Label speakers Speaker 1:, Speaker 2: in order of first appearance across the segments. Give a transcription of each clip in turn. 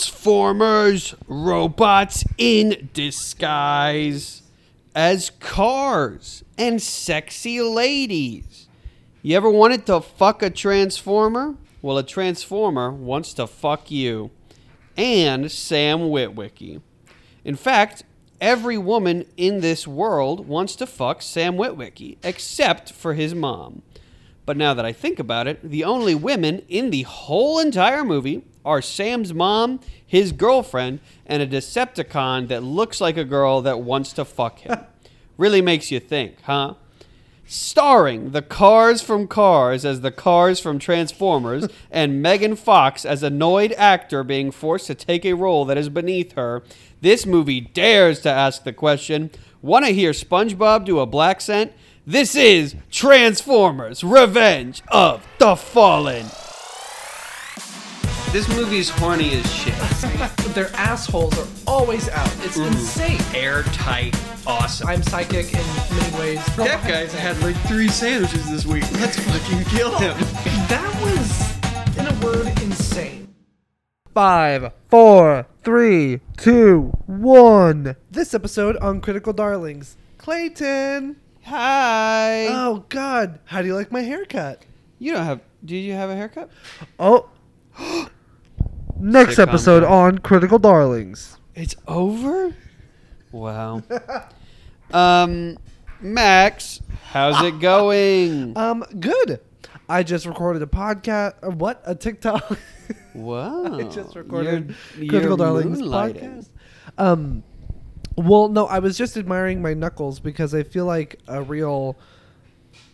Speaker 1: Transformers robots in disguise as cars and sexy ladies. You ever wanted to fuck a Transformer? Well, a Transformer wants to fuck you and Sam Witwicky. In fact, every woman in this world wants to fuck Sam Witwicky, except for his mom. But now that I think about it, the only women in the whole entire movie are Sam's mom, his girlfriend, and a Decepticon that looks like a girl that wants to fuck him. really makes you think, huh? Starring the Cars from Cars as the Cars from Transformers and Megan Fox as annoyed actor being forced to take a role that is beneath her, this movie dares to ask the question Want to hear SpongeBob do a black scent? This is Transformers Revenge of the Fallen. This movie's horny as shit.
Speaker 2: But their assholes are always out. It's insane.
Speaker 1: Airtight, awesome.
Speaker 2: I'm psychic in many ways.
Speaker 1: that guy's had like three sandwiches this week. Let's fucking kill him.
Speaker 2: That was, in a word, insane. Five, four, three, two, one. This episode on Critical Darlings. Clayton.
Speaker 1: Hi.
Speaker 2: Oh God, how do you like my haircut?
Speaker 1: you don't have. Did you have a haircut?
Speaker 3: Oh. Next
Speaker 1: Sitcom
Speaker 3: episode
Speaker 1: guy.
Speaker 3: on Critical Darlings.
Speaker 1: It's over. Wow. um, Max, how's it going?
Speaker 2: Um, good. I just recorded a podcast. Or what? A TikTok.
Speaker 1: Wow.
Speaker 2: I just recorded
Speaker 1: You're-
Speaker 2: Oh, Critical
Speaker 1: you're
Speaker 2: Darlings
Speaker 1: moonlighting.
Speaker 2: podcast. Um, well, no, I was just admiring my knuckles because I feel like a real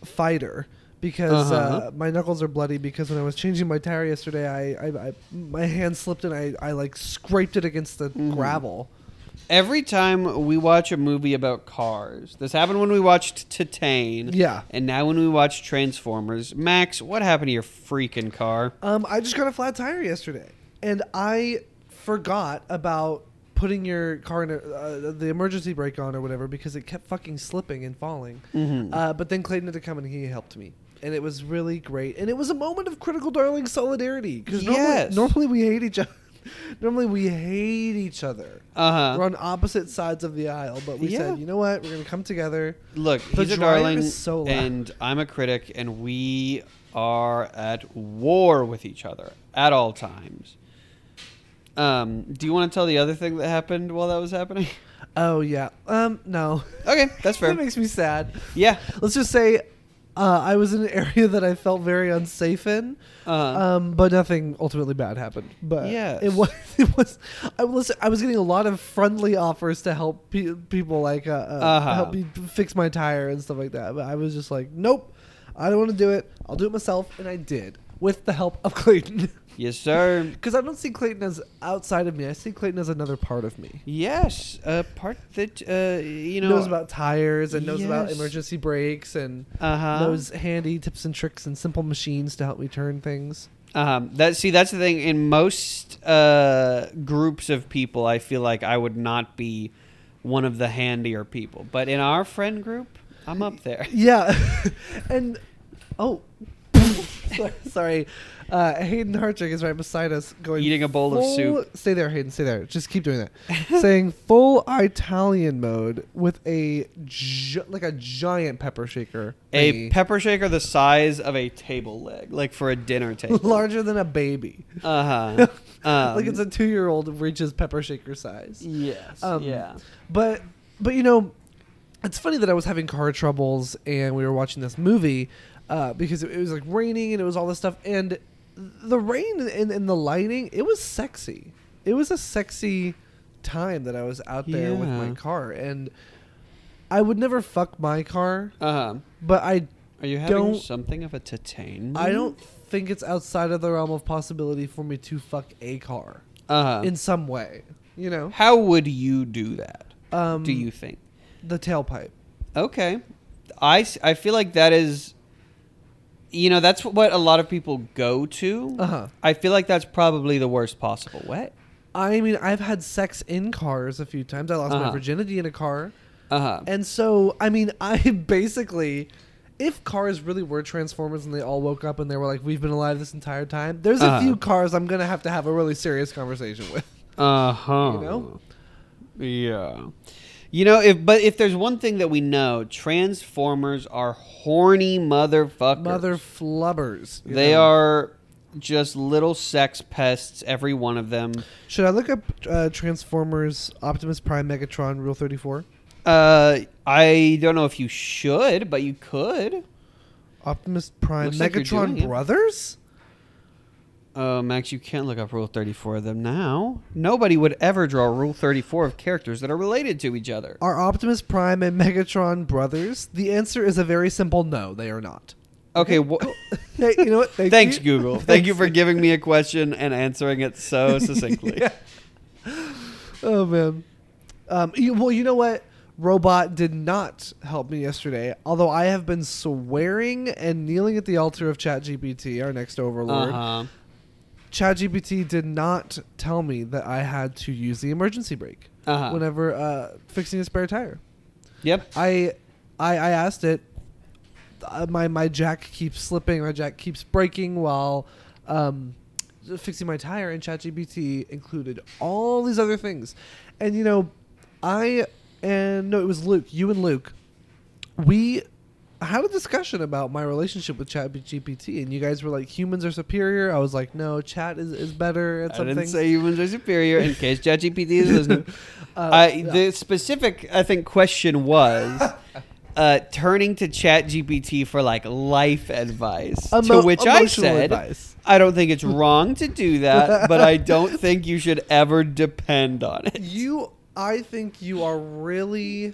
Speaker 2: fighter. Because uh
Speaker 1: Uh-huh.
Speaker 2: my knuckles are bloody because when I was changing my tire yesterday, I, I, I my hand slipped and I, I like scraped it against the gravel.
Speaker 1: Every time we watch a movie about cars, this happened when we watched Titane.
Speaker 2: Yeah.
Speaker 1: And now when we watch Transformers, Max, what happened to your freaking car?
Speaker 2: Um, I just got a flat tire yesterday, and I forgot about putting your car in a, uh, the emergency brake on or whatever because it kept fucking slipping and falling.
Speaker 1: Mm-hmm.
Speaker 2: Uh, but then Clayton had to come and he helped me, and it was really great. And it was a moment of critical darling solidarity because
Speaker 1: Yes.
Speaker 2: normally, normally we hate each other. Normally we hate each other.
Speaker 1: Uh
Speaker 2: We're
Speaker 1: huh.
Speaker 2: on opposite sides of the aisle, but we
Speaker 1: Yeah.
Speaker 2: said, you know what? We're gonna come together.
Speaker 1: Look,
Speaker 2: The
Speaker 1: he's a
Speaker 2: dryer
Speaker 1: darling,
Speaker 2: is so loud.
Speaker 1: and I'm a critic, and we are at war with each other at all times. Um, do you want to tell the other thing that happened while that was happening?
Speaker 2: Oh yeah. Um, no.
Speaker 1: Okay, that's
Speaker 2: that
Speaker 1: fair.
Speaker 2: makes me sad.
Speaker 1: Yeah.
Speaker 2: let's just say uh, I was in an area that I felt very unsafe in,
Speaker 1: Uh-huh.
Speaker 2: um, but nothing ultimately bad happened. But
Speaker 1: Yes.
Speaker 2: it was it was I was I was getting a lot of friendly offers to help pe- people like uh, uh,
Speaker 1: Uh-huh.
Speaker 2: help me fix my tire and stuff like that. But I was just like, nope, I don't want to do it. I'll do it myself, and I did with the help of Clayton.
Speaker 1: Yes, sir.
Speaker 2: Because I don't see Clayton as outside of me. I see Clayton as another part of me.
Speaker 1: Yes, a part that uh, you know
Speaker 2: knows about tires and knows about
Speaker 1: Yes.
Speaker 2: emergency brakes and
Speaker 1: Uh-huh.
Speaker 2: knows handy tips and tricks and simple machines to help me turn things.
Speaker 1: Um, that see, that's the thing. In most uh, groups of people, I feel like I would not be one of the handier people, but in our friend group, I'm up there.
Speaker 2: Yeah, and oh, sorry, uh, Hayden Hartrick is right beside us, going
Speaker 1: Eating a bowl of
Speaker 2: full-
Speaker 1: soup.
Speaker 2: Stay there, Hayden. Stay there. Just keep doing that. Saying full Italian mode with a gi- like a giant pepper shaker,
Speaker 1: A
Speaker 2: thingy,
Speaker 1: pepper shaker the size of a table leg, like for a dinner table.
Speaker 2: larger than a baby.
Speaker 1: Uh huh. Um,
Speaker 2: like it's a two-year-old reaches pepper shaker size.
Speaker 1: yes.
Speaker 2: Um,
Speaker 1: yeah.
Speaker 2: But but you know, it's funny that I was having car troubles and we were watching this movie uh, because it, it was like raining and it was all this stuff and the rain and, and the lighting it was sexy. It was a sexy time that I was out there with
Speaker 1: Yeah.
Speaker 2: my car and I would never fuck my car,
Speaker 1: Uh huh.
Speaker 2: but I
Speaker 1: Are you having
Speaker 2: Don't-
Speaker 1: something of a tatane?
Speaker 2: I don't think it's outside of the realm of possibility for me to fuck a car
Speaker 1: Uh huh.
Speaker 2: in some way. You know,
Speaker 1: How would you do that?
Speaker 2: um,
Speaker 1: do you think?
Speaker 2: the tailpipe?
Speaker 1: Okay. I, s- I feel like that is, you know, that's what a lot of people go to.
Speaker 2: Uh-huh.
Speaker 1: I feel like that's probably the worst possible way.
Speaker 2: I mean, I've had sex in cars a few times. I lost
Speaker 1: Uh-huh.
Speaker 2: my virginity in a car.
Speaker 1: Uh huh.
Speaker 2: And so, I mean, I basically if cars really were Transformers and they all woke up and they were like, "We've been alive this entire time," there's a
Speaker 1: Uh-huh.
Speaker 2: few cars I'm gonna have to have a really serious conversation with.
Speaker 1: Uh huh.
Speaker 2: You know?
Speaker 1: Yeah. You know, if but if there's one thing that we know, Transformers are horny motherfuckers.
Speaker 2: Mother flubbers. you
Speaker 1: they
Speaker 2: know?
Speaker 1: are just little sex pests, every one of them.
Speaker 2: Should I look up uh, Transformers Optimus Prime Megatron Rule Thirty Four?
Speaker 1: Uh, I don't know if you should, but you could.
Speaker 2: Optimus Prime
Speaker 1: Looks like you're
Speaker 2: Megatron
Speaker 1: doing it.
Speaker 2: brothers?
Speaker 1: Uh, Max, you can't look up Rule 34 of them now. Nobody would ever draw Rule 34 of characters that are related to each other.
Speaker 2: Are Optimus Prime and Megatron brothers? The answer is a very simple no. They are not.
Speaker 1: Okay, wha-
Speaker 2: Hey, you know what? Thank
Speaker 1: thanks,
Speaker 2: you.
Speaker 1: Google. Thank you for giving me a question and answering it so succinctly.
Speaker 2: Yeah. Oh man. Um, you, well, you know what? Robot did not help me yesterday, although I have been swearing and kneeling at the altar of ChatGPT, our next overlord.
Speaker 1: Uh-huh.
Speaker 2: ChatGPT did not tell me that I had to use the emergency brake
Speaker 1: Uh-huh.
Speaker 2: whenever uh, fixing a spare tire.
Speaker 1: Yep.
Speaker 2: I, I, I asked it. Uh, my my jack keeps slipping. My jack keeps breaking while um, fixing my tire. And ChatGPT included all these other things, and you know, I and no, it was Luke. You and Luke, we had a discussion about my relationship with ChatGPT, and you guys were like, humans are superior. I was like, no, Chat is, is better at
Speaker 1: I
Speaker 2: something.
Speaker 1: didn't say humans are superior in case ChatGPT is listening.
Speaker 2: Uh,
Speaker 1: I-
Speaker 2: yeah.
Speaker 1: The specific, I think, question was uh, turning to ChatGPT for like life advice. to
Speaker 2: Emo-
Speaker 1: which I
Speaker 2: emotional
Speaker 1: said,
Speaker 2: advice.
Speaker 1: I don't think it's wrong to do that, but I don't think you should ever depend on it.
Speaker 2: You, I think you are really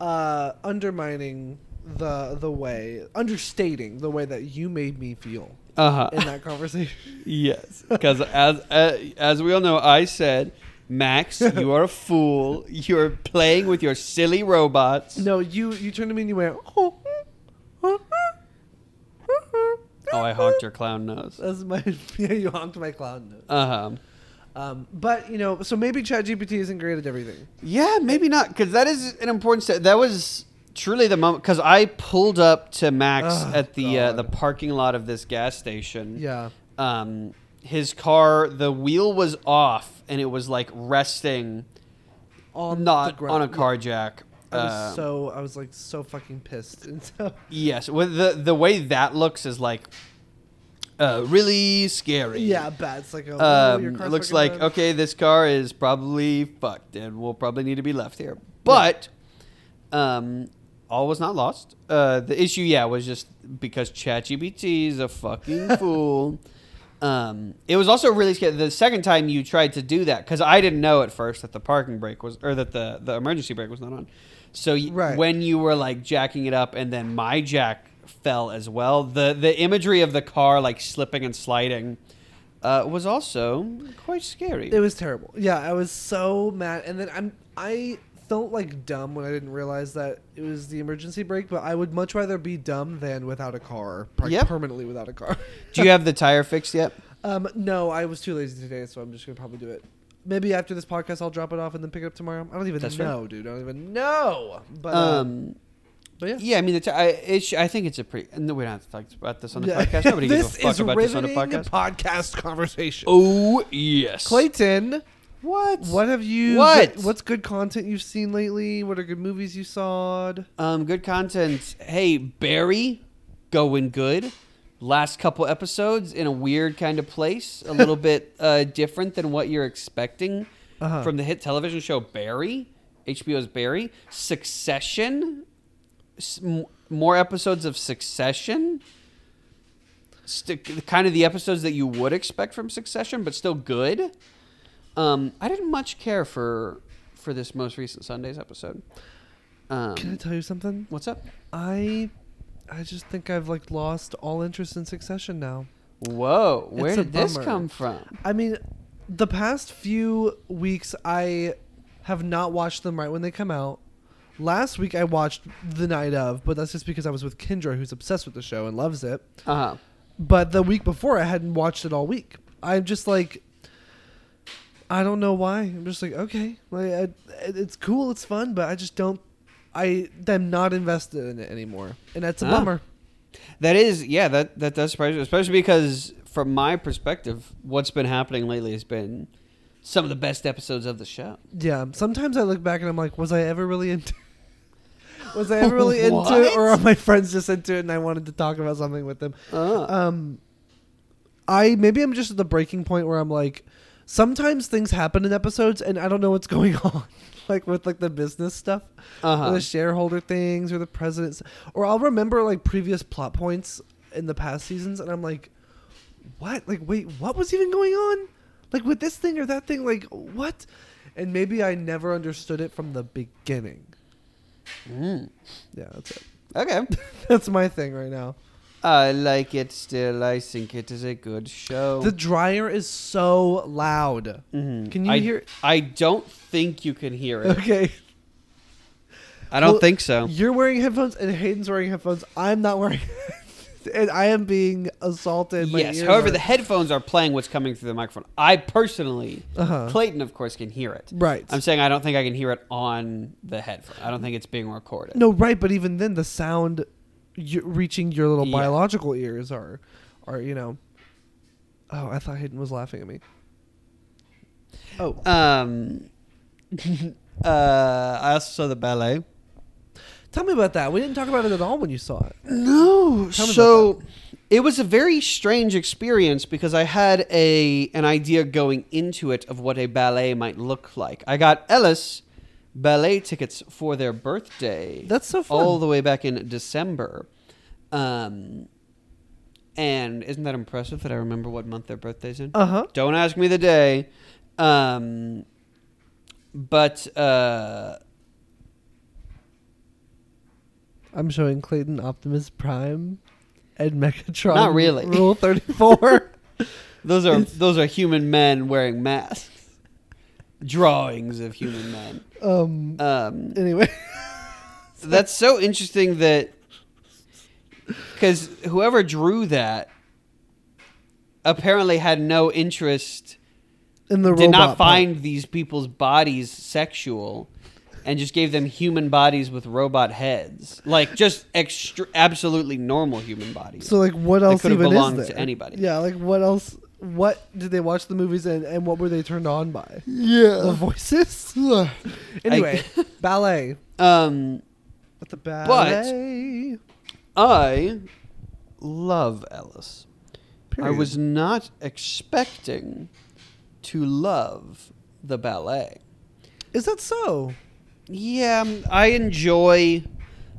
Speaker 2: uh, undermining the the way, understating the way that you made me feel
Speaker 1: Uh
Speaker 2: in
Speaker 1: huh.
Speaker 2: that conversation.
Speaker 1: Yes, because as uh, as we all know, I said, Max, you are a fool. You're playing with your silly robots.
Speaker 2: No, you you turned to me and you went. Oh,
Speaker 1: Oh, I honked your clown nose.
Speaker 2: That's my yeah. You honked my clown nose.
Speaker 1: Uh huh.
Speaker 2: Um, but you know, so maybe ChatGPT isn't great at everything.
Speaker 1: Yeah, maybe not because that is an important step. That was truly the moment because I pulled up to Max
Speaker 2: Ugh,
Speaker 1: at the uh,
Speaker 2: God.
Speaker 1: the parking lot of this gas station.
Speaker 2: Yeah.
Speaker 1: Um, his car, the wheel was off, and it was like resting,
Speaker 2: On the
Speaker 1: not on
Speaker 2: ground.
Speaker 1: a car jack.
Speaker 2: I was
Speaker 1: Um,
Speaker 2: so I was like so fucking pissed, and so
Speaker 1: yes, well, the the way that looks is like uh, really scary.
Speaker 2: yeah, bad. It's like oh,
Speaker 1: Um,
Speaker 2: your
Speaker 1: it
Speaker 2: car's
Speaker 1: looks
Speaker 2: fucking
Speaker 1: like
Speaker 2: bad.
Speaker 1: okay, this car is probably fucked, and we'll probably need to be left here. But um, all was not lost. Uh, the issue, yeah, was just because ChatGPT is a fucking fool. Um, it was also really scary the second time you tried to do that because I didn't know at first that the parking brake was or that the the emergency brake was not on. So y-
Speaker 2: Right.
Speaker 1: when you were like jacking it up, and then my jack fell as well. The the imagery of the car like slipping and sliding uh, was also quite scary.
Speaker 2: It was terrible. Yeah, I was so mad, and then I'm I felt like dumb when I didn't realize that it was the emergency brake. But I would much rather be dumb than without a car, like
Speaker 1: Yep.
Speaker 2: permanently without a car.
Speaker 1: Do you have the tire fixed yet?
Speaker 2: um, no, I was too lazy today, so I'm just gonna probably do it. Maybe after this podcast, I'll drop it off and then pick it up tomorrow. I don't even
Speaker 1: That's fair.
Speaker 2: know, dude. I don't even know. But um,
Speaker 1: Um,
Speaker 2: but yeah,
Speaker 1: yeah, I mean, the ti- I, it sh- I think it's a pretty. No, we don't have to talk about this on the
Speaker 2: Yeah.
Speaker 1: podcast. Nobody gives
Speaker 2: this
Speaker 1: a fuck
Speaker 2: is
Speaker 1: about this on the
Speaker 2: riveting
Speaker 1: podcast.
Speaker 2: podcast conversation.
Speaker 1: oh yes,
Speaker 2: Clayton.
Speaker 1: What?
Speaker 2: What have you?
Speaker 1: What?
Speaker 2: What's good content you've seen lately? What are good movies you saw?
Speaker 1: Um, good content. Hey, Barry, going good. Last couple episodes in a weird kind of place, a little bit uh, different than what you're expecting
Speaker 2: Uh-huh.
Speaker 1: from the hit television show Barry, HBO's Barry. Succession, S- m- more episodes of Succession. Stick, kind of the episodes that you would expect from Succession, but still good. Um, I didn't much care for for this most recent Sunday's episode. Um,
Speaker 2: Can I tell you something?
Speaker 1: What's up?
Speaker 2: I I just think I've like lost all interest in Succession now.
Speaker 1: Whoa, where
Speaker 2: It's a
Speaker 1: did this
Speaker 2: bummer.
Speaker 1: come from?
Speaker 2: I mean, the past few weeks I have not watched them right when they come out. Last week I watched the night of, but that's just because I was with Kendra who's obsessed with the show and loves it.
Speaker 1: Uh huh.
Speaker 2: But the week before I hadn't watched it all week. I'm just like I don't know why. I'm just like okay, like I, it's cool, it's fun, but I just don't I am not invested in it anymore, and that's a
Speaker 1: Ah.
Speaker 2: bummer.
Speaker 1: That is, yeah, that that does surprise me, especially because from my perspective, what's been happening lately has been some of the best episodes of the show.
Speaker 2: Yeah. Sometimes I look back and I'm like, was I ever really into? was I ever really into, it, or
Speaker 1: What?
Speaker 2: are my friends just into it, and I wanted to talk about something with them?
Speaker 1: Uh,
Speaker 2: um i maybe i'm just at the breaking point where i'm like sometimes things happen in episodes and i don't know what's going on like with like the business stuff
Speaker 1: Uh-huh.
Speaker 2: or the shareholder things or the president's or i'll remember like previous plot points in the past seasons and i'm like what like wait what was even going on like with this thing or that thing like what and maybe i never understood it from the beginning
Speaker 1: mm.
Speaker 2: yeah that's it
Speaker 1: Okay,
Speaker 2: that's my thing right now
Speaker 1: I like it still. I think it is a good show.
Speaker 2: the dryer is so loud
Speaker 1: Mhm.
Speaker 2: can you
Speaker 1: I,
Speaker 2: hear
Speaker 1: I don't think you can hear it.
Speaker 2: Okay.
Speaker 1: I don't
Speaker 2: Well,
Speaker 1: think so.
Speaker 2: You're wearing headphones and Hayden's wearing headphones. I'm not wearing and I am being assaulted. My
Speaker 1: Yes.
Speaker 2: ears
Speaker 1: However,
Speaker 2: are-
Speaker 1: the headphones are playing what's coming through the microphone. I personally,
Speaker 2: Uh-huh.
Speaker 1: Clayton, of course, can hear it.
Speaker 2: Right.
Speaker 1: I'm saying I don't think I can hear it on the headphone. I don't think it's being recorded.
Speaker 2: no, right, but even then the sound you reaching your little
Speaker 1: Yeah.
Speaker 2: biological ears are are, you know. Oh, I thought Hayden was laughing at me. Oh.
Speaker 1: Um, uh, I also saw the ballet.
Speaker 2: Tell me about that. We didn't talk about it at all when you saw it.
Speaker 1: No.
Speaker 2: Tell me about
Speaker 1: so it was a very strange experience because I had a an idea going into it of what a ballet might look like. I got Ellis ballet tickets for their birthday.
Speaker 2: That's so fun.
Speaker 1: all the way back in December. Um, and isn't that impressive that I remember what month their birthday's in?
Speaker 2: Uh-huh.
Speaker 1: Don't ask me the day. Um, but uh,
Speaker 2: I'm showing Clayton Optimus Prime and Megatron.
Speaker 1: Not really.
Speaker 2: Rule 34.
Speaker 1: those are those are human men wearing masks. Drawings of human men.
Speaker 2: um
Speaker 1: Um,
Speaker 2: anyway.
Speaker 1: that's so interesting that because whoever drew that apparently had no interest
Speaker 2: In the
Speaker 1: did
Speaker 2: robot
Speaker 1: not
Speaker 2: part.
Speaker 1: find these people's bodies sexual and just gave them human bodies with robot heads like just extra, absolutely normal human bodies
Speaker 2: So like, what else
Speaker 1: could have
Speaker 2: even
Speaker 1: belonged
Speaker 2: is
Speaker 1: to
Speaker 2: there?
Speaker 1: anybody.
Speaker 2: Yeah, like what else? What did they watch the movies and and what were they turned on by? The
Speaker 1: yeah
Speaker 2: voices. anyway, ballet.
Speaker 1: um
Speaker 2: But the ballet.
Speaker 1: i love ellis
Speaker 2: Period.
Speaker 1: i was not expecting to love the ballet
Speaker 2: Is that so?
Speaker 1: Yeah, um, I enjoy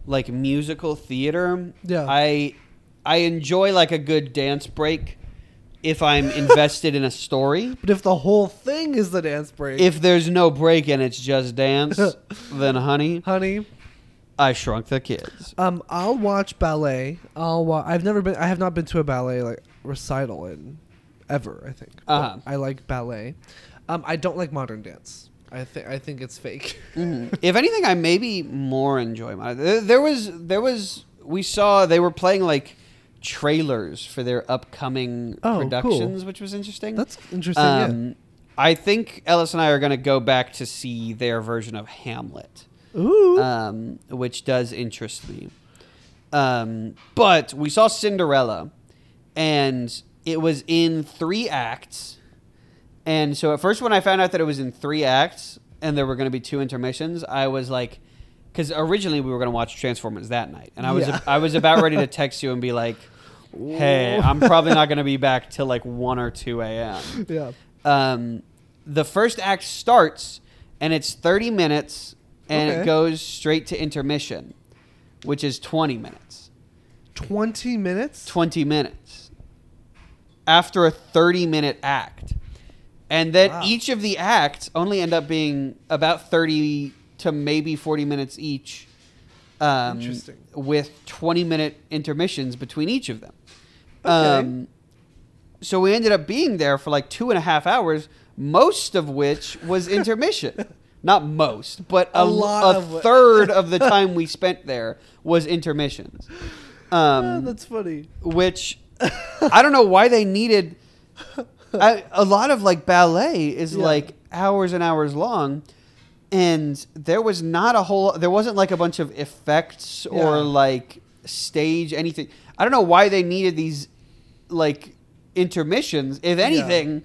Speaker 1: like musical theater.
Speaker 2: Yeah.
Speaker 1: I I enjoy like a good dance break if I'm invested in a story.
Speaker 2: But if the whole thing is the dance break,
Speaker 1: If there's no break and it's just dance, then honey,
Speaker 2: honey,
Speaker 1: I shrunk the kids.
Speaker 2: um, I'll watch ballet. I'll. Wa- I've never been. I have not been to a ballet like recital in ever. I think. But
Speaker 1: Uh-huh.
Speaker 2: I like ballet. Um, I don't like modern dance. I think. I think it's fake.
Speaker 1: Mhm. If anything, I maybe more enjoy my. There, there was there was we saw they were playing like trailers for their upcoming
Speaker 2: Oh, cool.
Speaker 1: productions, which was interesting.
Speaker 2: That's interesting. yeah.
Speaker 1: Um, I think Ellis and I are going to go back to see their version of Hamlet,
Speaker 2: Ooh.
Speaker 1: um, which does interest me. Um, but we saw Cinderella, and it was in three acts. And so at first, when I found out that it was in three acts and there were going to be two intermissions, I was like, because originally we were going to watch Transformers that night, and I was
Speaker 2: Yeah.
Speaker 1: I was about ready to text you and be like, "Hey, I'm probably not going to be back till like one or two a.m."
Speaker 2: yeah.
Speaker 1: um, the first act starts and it's 30 minutes and it
Speaker 2: Okay.
Speaker 1: goes straight to intermission, which is 20 minutes.
Speaker 2: 20 minutes?
Speaker 1: 20 minutes after a 30 minute act. And then
Speaker 2: Wow.
Speaker 1: each of the acts only end up being about 30 to maybe 40 minutes each. Um,
Speaker 2: Interesting.
Speaker 1: With 20 minute intermissions between each of them.
Speaker 2: Okay.
Speaker 1: Um, so we ended up being there for like two and a half hours, most of which was intermission. Not most, but a,
Speaker 2: A lot
Speaker 1: a
Speaker 2: of it.
Speaker 1: third of the time we spent there was intermissions. Um,
Speaker 2: Ah, that's funny.
Speaker 1: which I don't know why they needed. I, a lot of like ballet is
Speaker 2: Yeah.
Speaker 1: like hours and hours long. and there was not a whole there wasn't like a bunch of effects or
Speaker 2: Yeah.
Speaker 1: like stage anything i don't know why they needed these like intermissions if anything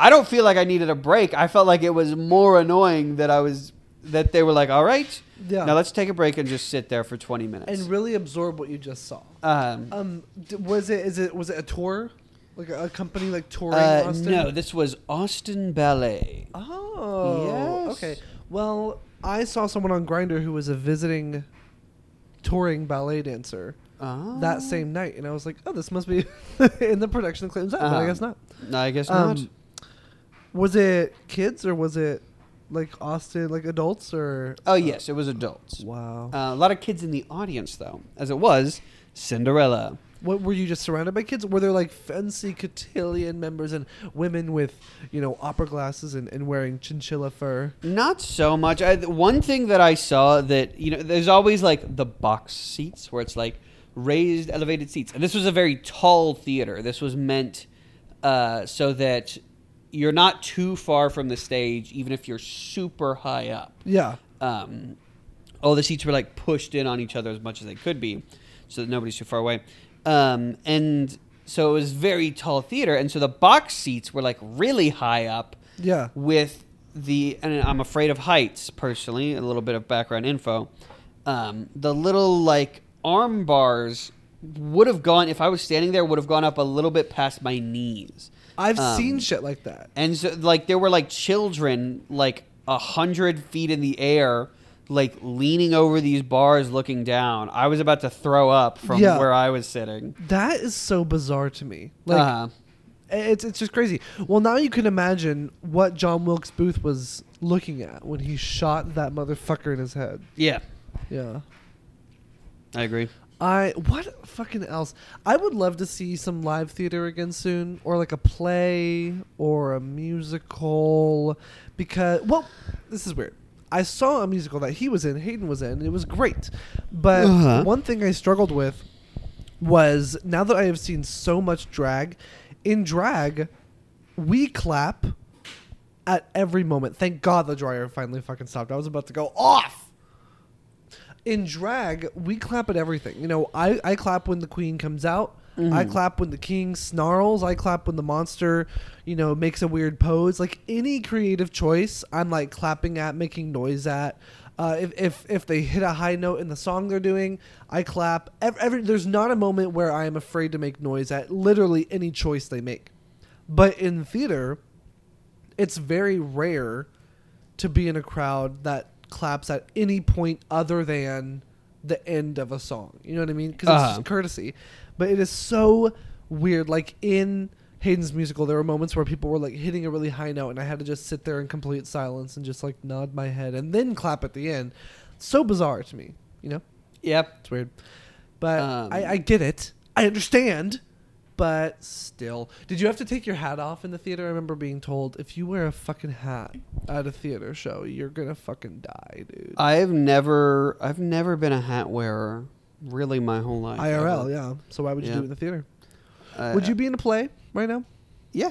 Speaker 1: i don't feel like i needed a break i felt like it was more annoying that i was that they were like all right
Speaker 2: Yeah.
Speaker 1: now let's take a break and just sit there for 20 minutes
Speaker 2: and really absorb what you just saw.
Speaker 1: um,
Speaker 2: Um, d- was it is it was it a tour, like a, a company like touring
Speaker 1: uh,
Speaker 2: Austin?
Speaker 1: no this was austin ballet
Speaker 2: Oh,
Speaker 1: Yes.
Speaker 2: okay. Well, I saw someone on Grinder who was a visiting touring ballet dancer
Speaker 1: oh.
Speaker 2: that same night, and I was like, "Oh, this must be in the production of Clinton's but I
Speaker 1: Uh-huh.
Speaker 2: guess not."
Speaker 1: no i guess not
Speaker 2: Um, was it kids or was it like Austin, like adults or?
Speaker 1: oh yes it was adults
Speaker 2: Wow.
Speaker 1: Uh, a lot of kids in the audience, though, as it was Cinderella.
Speaker 2: What were you just surrounded by kids? Were there like fancy cotillion members and women with, you know, opera glasses and, and wearing chinchilla fur?
Speaker 1: Not so much. I, one thing that I saw that, you know, there's always like the box seats where it's like raised, elevated seats. And this was a very tall theater. This was meant uh, so that you're not too far from the stage, even if you're super high up.
Speaker 2: Yeah.
Speaker 1: um, all the seats were like pushed in on each other as much as they could be, so that nobody's too far away. Um, and so it was very tall theater, and so the box seats were like really high up.
Speaker 2: Yeah.
Speaker 1: With the and I'm afraid of heights personally. A little bit of background info. Um, the little like arm bars would have gone if I was standing there would have gone up a little bit past my knees.
Speaker 2: I've
Speaker 1: Um,
Speaker 2: seen shit like that.
Speaker 1: and so, like there were like children like a hundred feet in the air, like leaning over these bars looking down. I was about to throw up from
Speaker 2: Yeah.
Speaker 1: where I was sitting.
Speaker 2: That is so bizarre to me. Like
Speaker 1: Uh-huh.
Speaker 2: it's it's just crazy. Well, now you can imagine what John Wilkes Booth was looking at when he shot that motherfucker in his head.
Speaker 1: Yeah,
Speaker 2: Yeah.
Speaker 1: I agree.
Speaker 2: I what fucking else? I would love to see some live theater again soon, or like a play or a musical. Because well, this is weird. I saw a musical that he was in, Hayden was in, and it was great. But
Speaker 1: Uh-huh.
Speaker 2: one thing I struggled with was now that I have seen so much drag, in drag, we clap at every moment. Thank God the dryer finally fucking stopped. I was about to go off. In drag, we clap at everything. You know, I, I clap when the queen comes out. I clap when the king snarls. I clap when the monster, you know, makes a weird pose. Like any creative choice, I'm like clapping at, making noise at. Uh, if, if if they hit a high note in the song they're doing, I clap. Ev- every, there's not a moment where I am afraid to make noise at literally any choice they make. But in theater, it's very rare to be in a crowd that claps at any point other than the end of a song. You know what I mean? Because it's
Speaker 1: Uh-huh.
Speaker 2: just courtesy. But it is so weird. Like in Hayden's musical, there were moments where people were like hitting a really high note, and I had to just sit there in complete silence and just like nod my head and then clap at the end. So bizarre to me. You know,
Speaker 1: Yep.
Speaker 2: it's weird. But
Speaker 1: Um,
Speaker 2: I, I get it. I understand. But still, did you have to take your hat off in the theater? I remember being told if you wear a fucking hat at a theater show, you're gonna fucking die, dude.
Speaker 1: I've never, I've never been a hat wearer, really, my whole life.
Speaker 2: IRL,
Speaker 1: ever.
Speaker 2: yeah. So why would you
Speaker 1: Yeah.
Speaker 2: do it in the theater?
Speaker 1: Uh,
Speaker 2: would you be in a play right now?
Speaker 1: Yeah.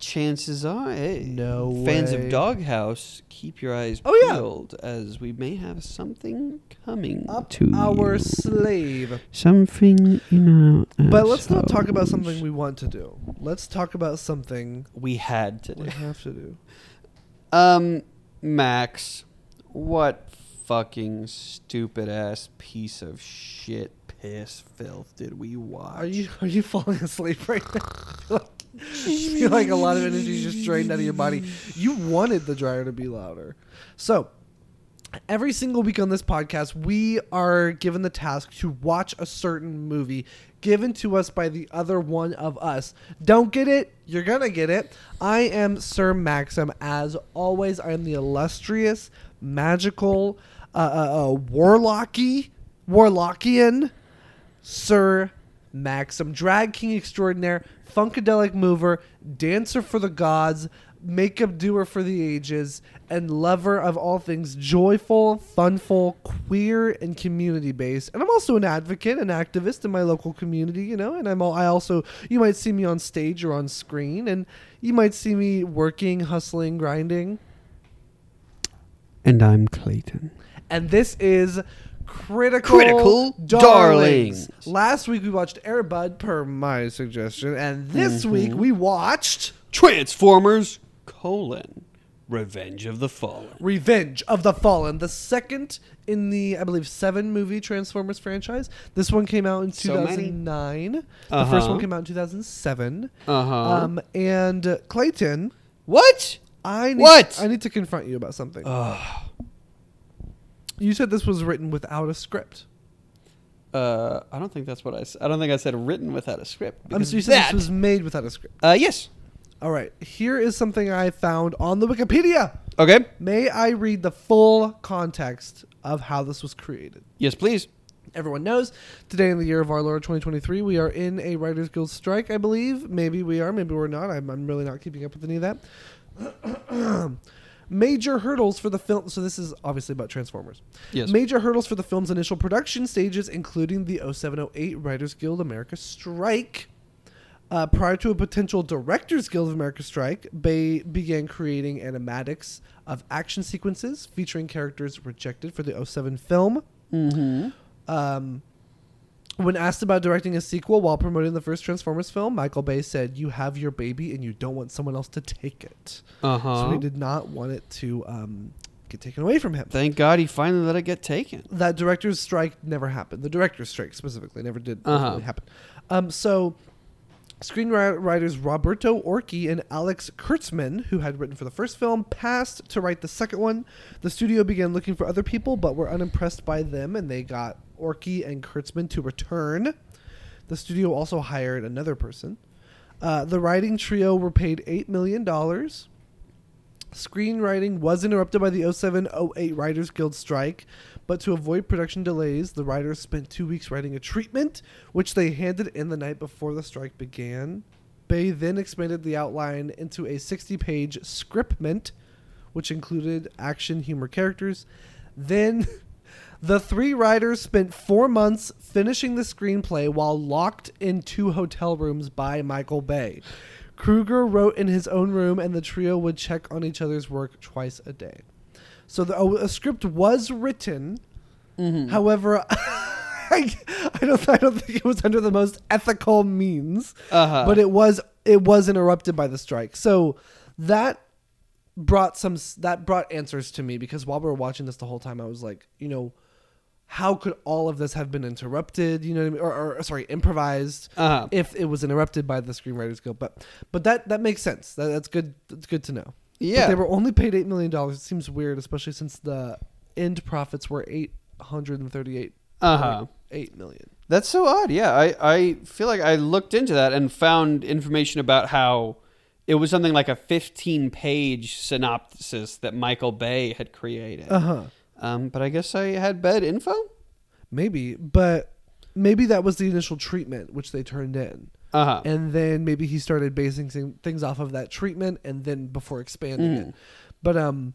Speaker 1: Chances are, hey,
Speaker 2: No
Speaker 1: fans
Speaker 2: way.
Speaker 1: of Doghouse, keep your eyes
Speaker 2: Oh, yeah.
Speaker 1: peeled as we may have something coming
Speaker 2: Up
Speaker 1: to
Speaker 2: our
Speaker 1: you.
Speaker 2: slave.
Speaker 1: something uh, you know.
Speaker 2: But let's not talk about something we want to do. Let's talk about something
Speaker 1: we had
Speaker 2: we
Speaker 1: today.
Speaker 2: have to do.
Speaker 1: Um, Max, what fucking stupid ass piece of shit, piss, filth did we watch?
Speaker 2: Are you are you falling asleep right now? I feel like- I feel like a lot of energy is just drained out of your body. You wanted the dryer to be louder. So every single week on this podcast, we are given the task to watch a certain movie given to us by the other one of us. Don't get it? You're gonna get it. I am Sir Maxim. As always, I am the illustrious, magical, uh, uh, uh, warlocky, warlockian. Sir Maxim, drag king extraordinaire, funkadelic mover, dancer for the gods, makeup doer for the ages, and lover of all things joyful, funful, queer, and community based. And I'm also an advocate, an activist in my local community, you know. And I'm all, I also you might see me on stage or on screen, and you might see me working, hustling, grinding.
Speaker 1: And I'm Clayton.
Speaker 2: and this is Critical,
Speaker 1: Critical Darlings.
Speaker 2: Last week we watched Airbud per my suggestion, and this
Speaker 1: Mm-hmm.
Speaker 2: week we watched
Speaker 1: Transformers colon Revenge of the Fallen.
Speaker 2: Revenge of the Fallen, the second in the I believe seven movie Transformers franchise. This one came out in
Speaker 1: So many.
Speaker 2: 2009. The
Speaker 1: Uh-huh.
Speaker 2: first one came out in 2007.
Speaker 1: Uh-huh.
Speaker 2: Um, and uh, Clayton,
Speaker 1: What?
Speaker 2: I need,
Speaker 1: What?
Speaker 2: I need to confront you about something. You said this was written without a script.
Speaker 1: Uh, I don't think that's what I. s- I don't think I said written without a script.
Speaker 2: I'm
Speaker 1: because
Speaker 2: so you said
Speaker 1: that-
Speaker 2: this was made without a script.
Speaker 1: Uh, yes.
Speaker 2: All right, here is something I found on the Wikipedia.
Speaker 1: Okay.
Speaker 2: May I read the full context of how this was created?
Speaker 1: Yes, please.
Speaker 2: Everyone knows today in the year of our Lord 2023, we are in a Writers Guild strike, I believe. Maybe we are, maybe we're not. I'm, I'm really not keeping up with any of that. Major hurdles for the film. So, this is obviously about Transformers.
Speaker 1: Yes.
Speaker 2: Major hurdles for the film's initial production stages, including the 0708 Writers Guild America strike. Uh, prior to a potential Directors Guild of America strike, Bay began creating animatics of action sequences featuring characters rejected for the 07 film.
Speaker 1: Mm-hmm.
Speaker 2: Um, when asked about directing a sequel while promoting the first Transformers film, Michael Bay said, "You have your baby, and you don't want someone else to take it."
Speaker 1: Uh
Speaker 2: So
Speaker 1: huh.
Speaker 2: he did not want it to um, get taken away from him.
Speaker 1: Thank God he finally let it get taken.
Speaker 2: That director's strike never happened. The director's strike specifically never did
Speaker 1: Uh-huh.
Speaker 2: ultimately happen. Um, so. Screenwriters Roberto Orci and Alex Kurtzman, who had written for the first film, passed to write the second one. The studio began looking for other people, but were unimpressed by them, and they got Orci and Kurtzman to return. The studio also hired another person. Uh, the writing trio were paid $8 million. Screenwriting was interrupted by the 07 08 Writers Guild strike, but to avoid production delays, the writers spent two weeks writing a treatment, which they handed in the night before the strike began. Bay then expanded the outline into a 60 page scriptment, which included action, humor, characters. Then the three writers spent four months finishing the screenplay while locked in two hotel rooms by Michael Bay. Kruger wrote in his own room, and the trio would check on each other's work twice a day. So the, oh, a, a script was written. However, I, I don't I don't think it was under the most ethical means.
Speaker 1: Uh-huh.
Speaker 2: But it was it was interrupted by the strike. So that brought some s- that brought answers to me because while we were watching this the whole time, I was like, you know, how could all of this have been interrupted? You know what I mean? Or, or sorry, improvised
Speaker 1: Uh-huh.
Speaker 2: if it was interrupted by the Screenwriters Guild. But but that that makes sense. That, that's good. That's good to know.
Speaker 1: Yeah.
Speaker 2: But they were only paid eight million dollars. It seems weird, especially since the end profits were eight hundred and thirty-eight
Speaker 1: Uh-huh.
Speaker 2: eight million.
Speaker 1: That's so odd. Yeah, I, I feel like I looked into that and found information about how it was something like a 15 page synopsis that Michael Bay had created.
Speaker 2: Uh huh.
Speaker 1: Um, but I guess I had bad info.
Speaker 2: Maybe, but maybe that was the initial treatment which they turned in.
Speaker 1: Uh huh.
Speaker 2: and then maybe he started basing thing- things off of that treatment and then before expanding it but um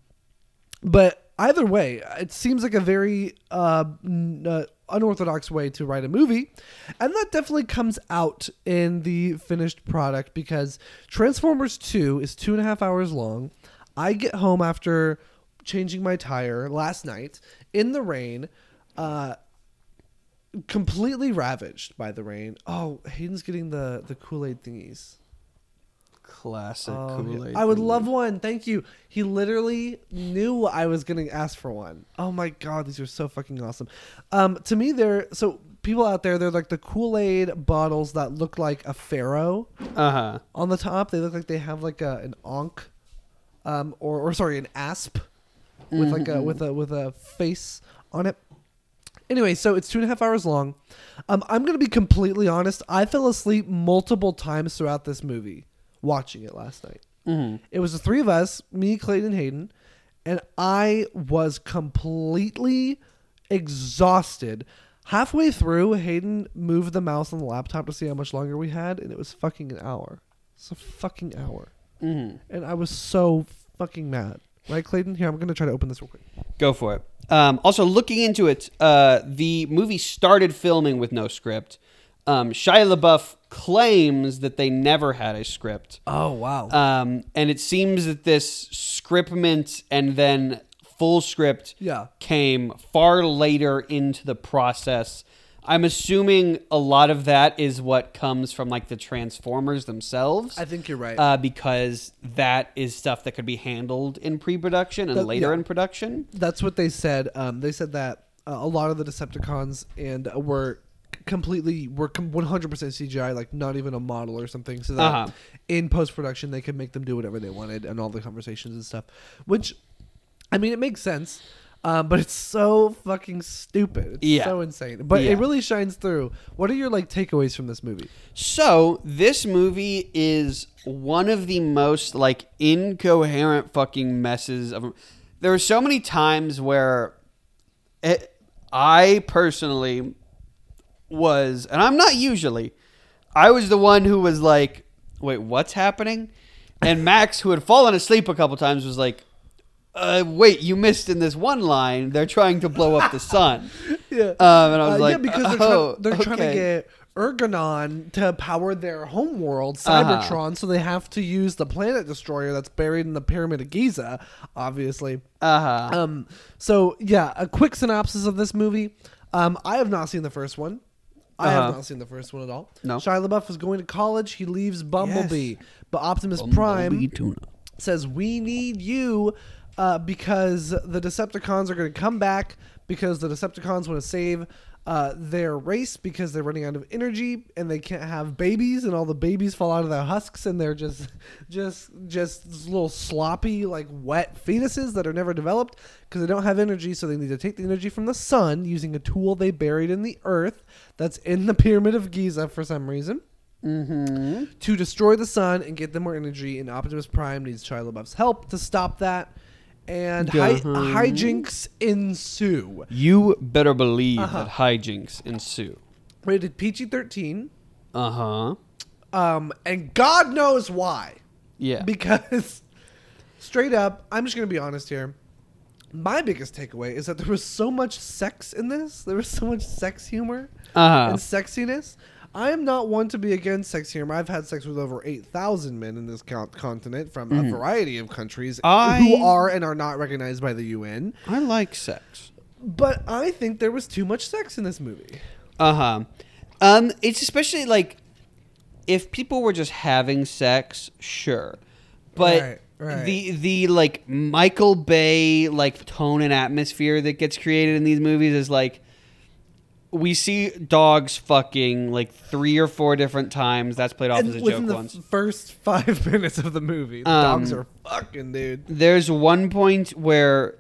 Speaker 2: but either way it seems like a very uh, n- uh unorthodox way to write a movie and that definitely comes out in the finished product because transformers 2 is two and a half hours long i get home after changing my tire last night in the rain uh completely ravaged by the rain. Oh, Hayden's getting the the Kool Aid thingies.
Speaker 1: Classic
Speaker 2: Oh,
Speaker 1: Kool Aid.
Speaker 2: I would love one. Thank you. He literally knew I was going to ask for one. Oh my god, these are so fucking awesome. Um, to me, they're so people out there. They're like the Kool Aid bottles that look like a pharaoh
Speaker 1: Uh huh.
Speaker 2: on the top. They look like they have like a an onk, um, or or sorry, an asp with like a with a with a face on it. Anyway, so it's two and a half hours long. Um, I'm gonna be completely honest. I fell asleep multiple times throughout this movie watching it last night. It was the three of us, me, Clayton, and Hayden, and I was completely exhausted. Halfway through, Hayden moved the mouse on the laptop to see how much longer we had, and it was fucking an hour. It's a fucking hour. And I was so fucking mad. Right, Clayton? Here, I'm going to try to open this real quick.
Speaker 1: Go for it. Um, also, looking into it, uh, the movie started filming with no script. Um, Shia LaBeouf claims that they never had a script.
Speaker 2: Oh, wow.
Speaker 1: Um, and it seems that this scriptment and then full script
Speaker 2: Yeah.
Speaker 1: came far later into the process. I'm assuming a lot of that is what comes from like the Transformers themselves.
Speaker 2: I think you're right.
Speaker 1: uh, because that is stuff that could be handled in pre-production and
Speaker 2: That-
Speaker 1: later
Speaker 2: yeah.
Speaker 1: in production.
Speaker 2: That's what they said. Um, they said that uh, a lot of the Decepticons and uh, were c- completely were com- 100% CGI, like not even a model or something. So that
Speaker 1: Uh-huh.
Speaker 2: in post production they could make them do whatever they wanted and all the conversations and stuff. Which, I mean, it makes sense, um, but it's so fucking stupid. It's
Speaker 1: Yeah.
Speaker 2: so insane. But
Speaker 1: Yeah.
Speaker 2: it really shines through. What are your like takeaways from this movie?
Speaker 1: So this movie is one of the most like incoherent fucking messes of. There are so many times where, it, I personally was, and I'm not usually, I was the one who was like, "Wait, what's happening?" And Max, who had fallen asleep a couple times, was like, uh, "Wait, you missed in this one line. They're trying to blow up the sun."
Speaker 2: Yeah.
Speaker 1: Um, and I was
Speaker 2: Uh,
Speaker 1: like,
Speaker 2: yeah, because they're,
Speaker 1: "Oh,
Speaker 2: trying, they're trying to
Speaker 1: okay."
Speaker 2: get Ergonon to power their homeworld,
Speaker 1: Uh-huh.
Speaker 2: Cybertron, so they have to use the planet destroyer that's buried in the Pyramid of Giza, obviously.
Speaker 1: Uh-huh.
Speaker 2: Um, so, yeah, a quick synopsis of this movie. Um, I have not seen the first one. I have
Speaker 1: Uh-huh.
Speaker 2: not seen the first one at all.
Speaker 1: No.
Speaker 2: Shia LaBeouf is going to college. He leaves Bumblebee, but Optimus Prime says we need you uh, because the Decepticons are going to come back because the Decepticons want to save uh, their race because they're running out of energy and they can't have babies and all the babies fall out of their husks and they're just just just little sloppy like wet fetuses that are never developed because they don't have energy so they need to take the energy from the sun using a tool they buried in the earth that's in the pyramid of Giza for some reason to destroy the sun and get them more energy. And Optimus Prime needs Shia LaBeouf's help to stop that. And hi-
Speaker 1: Uh-huh.
Speaker 2: hijinks ensue.
Speaker 1: You better believe
Speaker 2: Uh-huh.
Speaker 1: that hijinks ensue.
Speaker 2: Rated PG 13.
Speaker 1: Uh huh.
Speaker 2: Um, and God knows why.
Speaker 1: Yeah.
Speaker 2: Because straight up, I'm just going to be honest here. My biggest takeaway is that there was so much sex in this. There was so much sex humor
Speaker 1: Uh-huh.
Speaker 2: and sexiness. I am not one to be against sex humor. I've had sex with over 8,000 men in this con- continent from a variety of countries
Speaker 1: Mm-hmm. I-
Speaker 2: who are and are not recognized by the UN.
Speaker 1: I like sex.
Speaker 2: But I think there was too much sex in this movie.
Speaker 1: Uh huh. Um, it's especially like if people were just having sex, sure, but
Speaker 2: Right, right.
Speaker 1: the the like Michael Bay like tone and atmosphere that gets created in these movies is like we see dogs fucking like three or four different times. That's played off
Speaker 2: And
Speaker 1: as a
Speaker 2: within
Speaker 1: joke
Speaker 2: the
Speaker 1: once.
Speaker 2: f- first five minutes of the movie, the
Speaker 1: Um,
Speaker 2: dogs are fucking, dude.
Speaker 1: there's one point where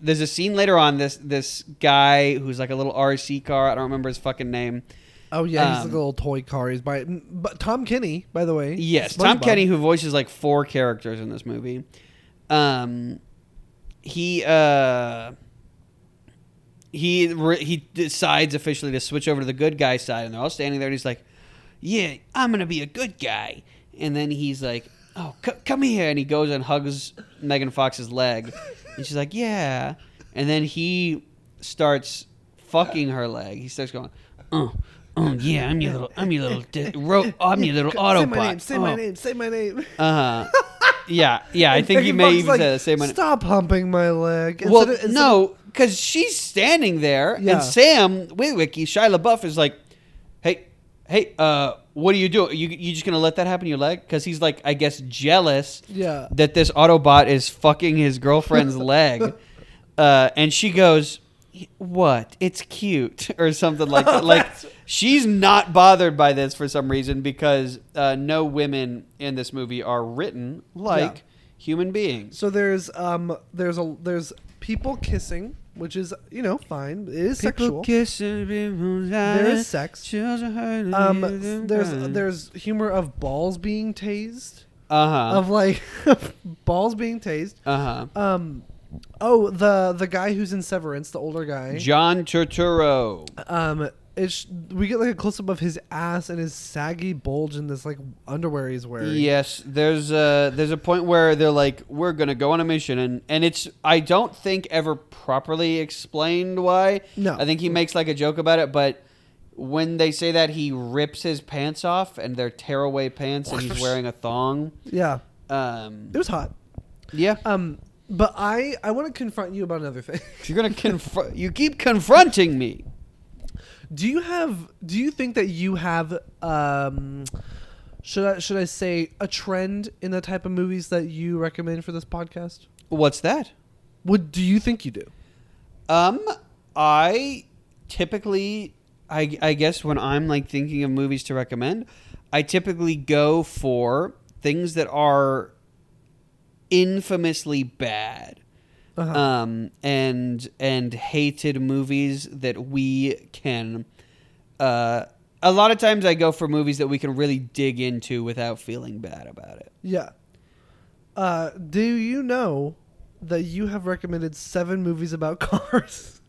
Speaker 1: there's a scene later on this this guy who's like a little RC car. I don't remember his fucking name.
Speaker 2: Oh yeah, he's
Speaker 1: Um,
Speaker 2: like a little toy car. He's by, m- but Tom Kenny, by the way.
Speaker 1: Yes, Tom
Speaker 2: SpongeBob.
Speaker 1: Kenny, who voices like four characters in this movie. Um, he uh, he re- he decides officially to switch over to the good guy side, and they're all standing there, and he's like, "Yeah, I'm gonna be a good guy," and then he's like. Oh, c- come here! And he goes and hugs Megan Fox's leg, and she's like, "Yeah." And then he starts fucking her leg. He starts going, "Oh, oh, yeah, I'm your little, I'm your little, di- ro- I'm your little
Speaker 2: Say
Speaker 1: Autobot."
Speaker 2: my name. Say my
Speaker 1: Oh.
Speaker 2: name. Say my name.
Speaker 1: Uh huh. yeah, yeah. I
Speaker 2: And
Speaker 1: think he
Speaker 2: Megan
Speaker 1: may
Speaker 2: Fox is
Speaker 1: even
Speaker 2: like,
Speaker 1: say the same one.
Speaker 2: Stop humping my leg.
Speaker 1: Well,
Speaker 2: Instead of- instead of-
Speaker 1: no, because she's standing there,
Speaker 2: Yeah.
Speaker 1: and Sam Witwicky, Shia LaBeouf, is like, "Hey, hey, uh, what are you doing? You you just gonna let that happen to your leg?" Because he's like, I guess, jealous
Speaker 2: Yeah.
Speaker 1: that this Autobot is fucking his girlfriend's leg, uh, and she goes. What? It's cute or something like that. Like she's not bothered by this for some reason because uh, no women in this movie are written like human beings.
Speaker 2: So there's um there's a there's people kissing, which is you know fine. It is sexual.
Speaker 1: kissing,
Speaker 2: There is sex. um, there's there's humor of balls being tased,
Speaker 1: uh huh,
Speaker 2: of like balls being tased.
Speaker 1: uh huh.
Speaker 2: Um, oh the the guy who's in Severance, the older guy.
Speaker 1: John Turturro.
Speaker 2: Um, it's we get like a close up of his ass and his saggy bulge in this like underwear he's wearing.
Speaker 1: Yes, there's a there's a point where they're like, we're gonna go on a mission, and and it's I don't think ever properly explained why.
Speaker 2: No.
Speaker 1: I think he makes like a joke about it, but when they say that, he rips his pants off, and they're tearaway pants, and he's wearing a thong.
Speaker 2: Yeah,
Speaker 1: Um,
Speaker 2: it was hot.
Speaker 1: yeah,
Speaker 2: Um, But I, I want to confront you about another thing.
Speaker 1: You're gonna confront. you keep confronting me.
Speaker 2: Do you have? Do you think that you have? Um, should I should I say a trend in the type of movies that you recommend for this podcast?
Speaker 1: What's that?
Speaker 2: What do you think you do?
Speaker 1: Um, I typically, I, I guess when I'm like thinking of movies to recommend, I typically go for things that are infamously bad,
Speaker 2: Uh-huh.
Speaker 1: um, and and hated movies that we can. Uh, a lot of times I go for movies that we can really dig into without feeling bad about it.
Speaker 2: yeah. Uh, do you know that you have recommended seven movies about cars?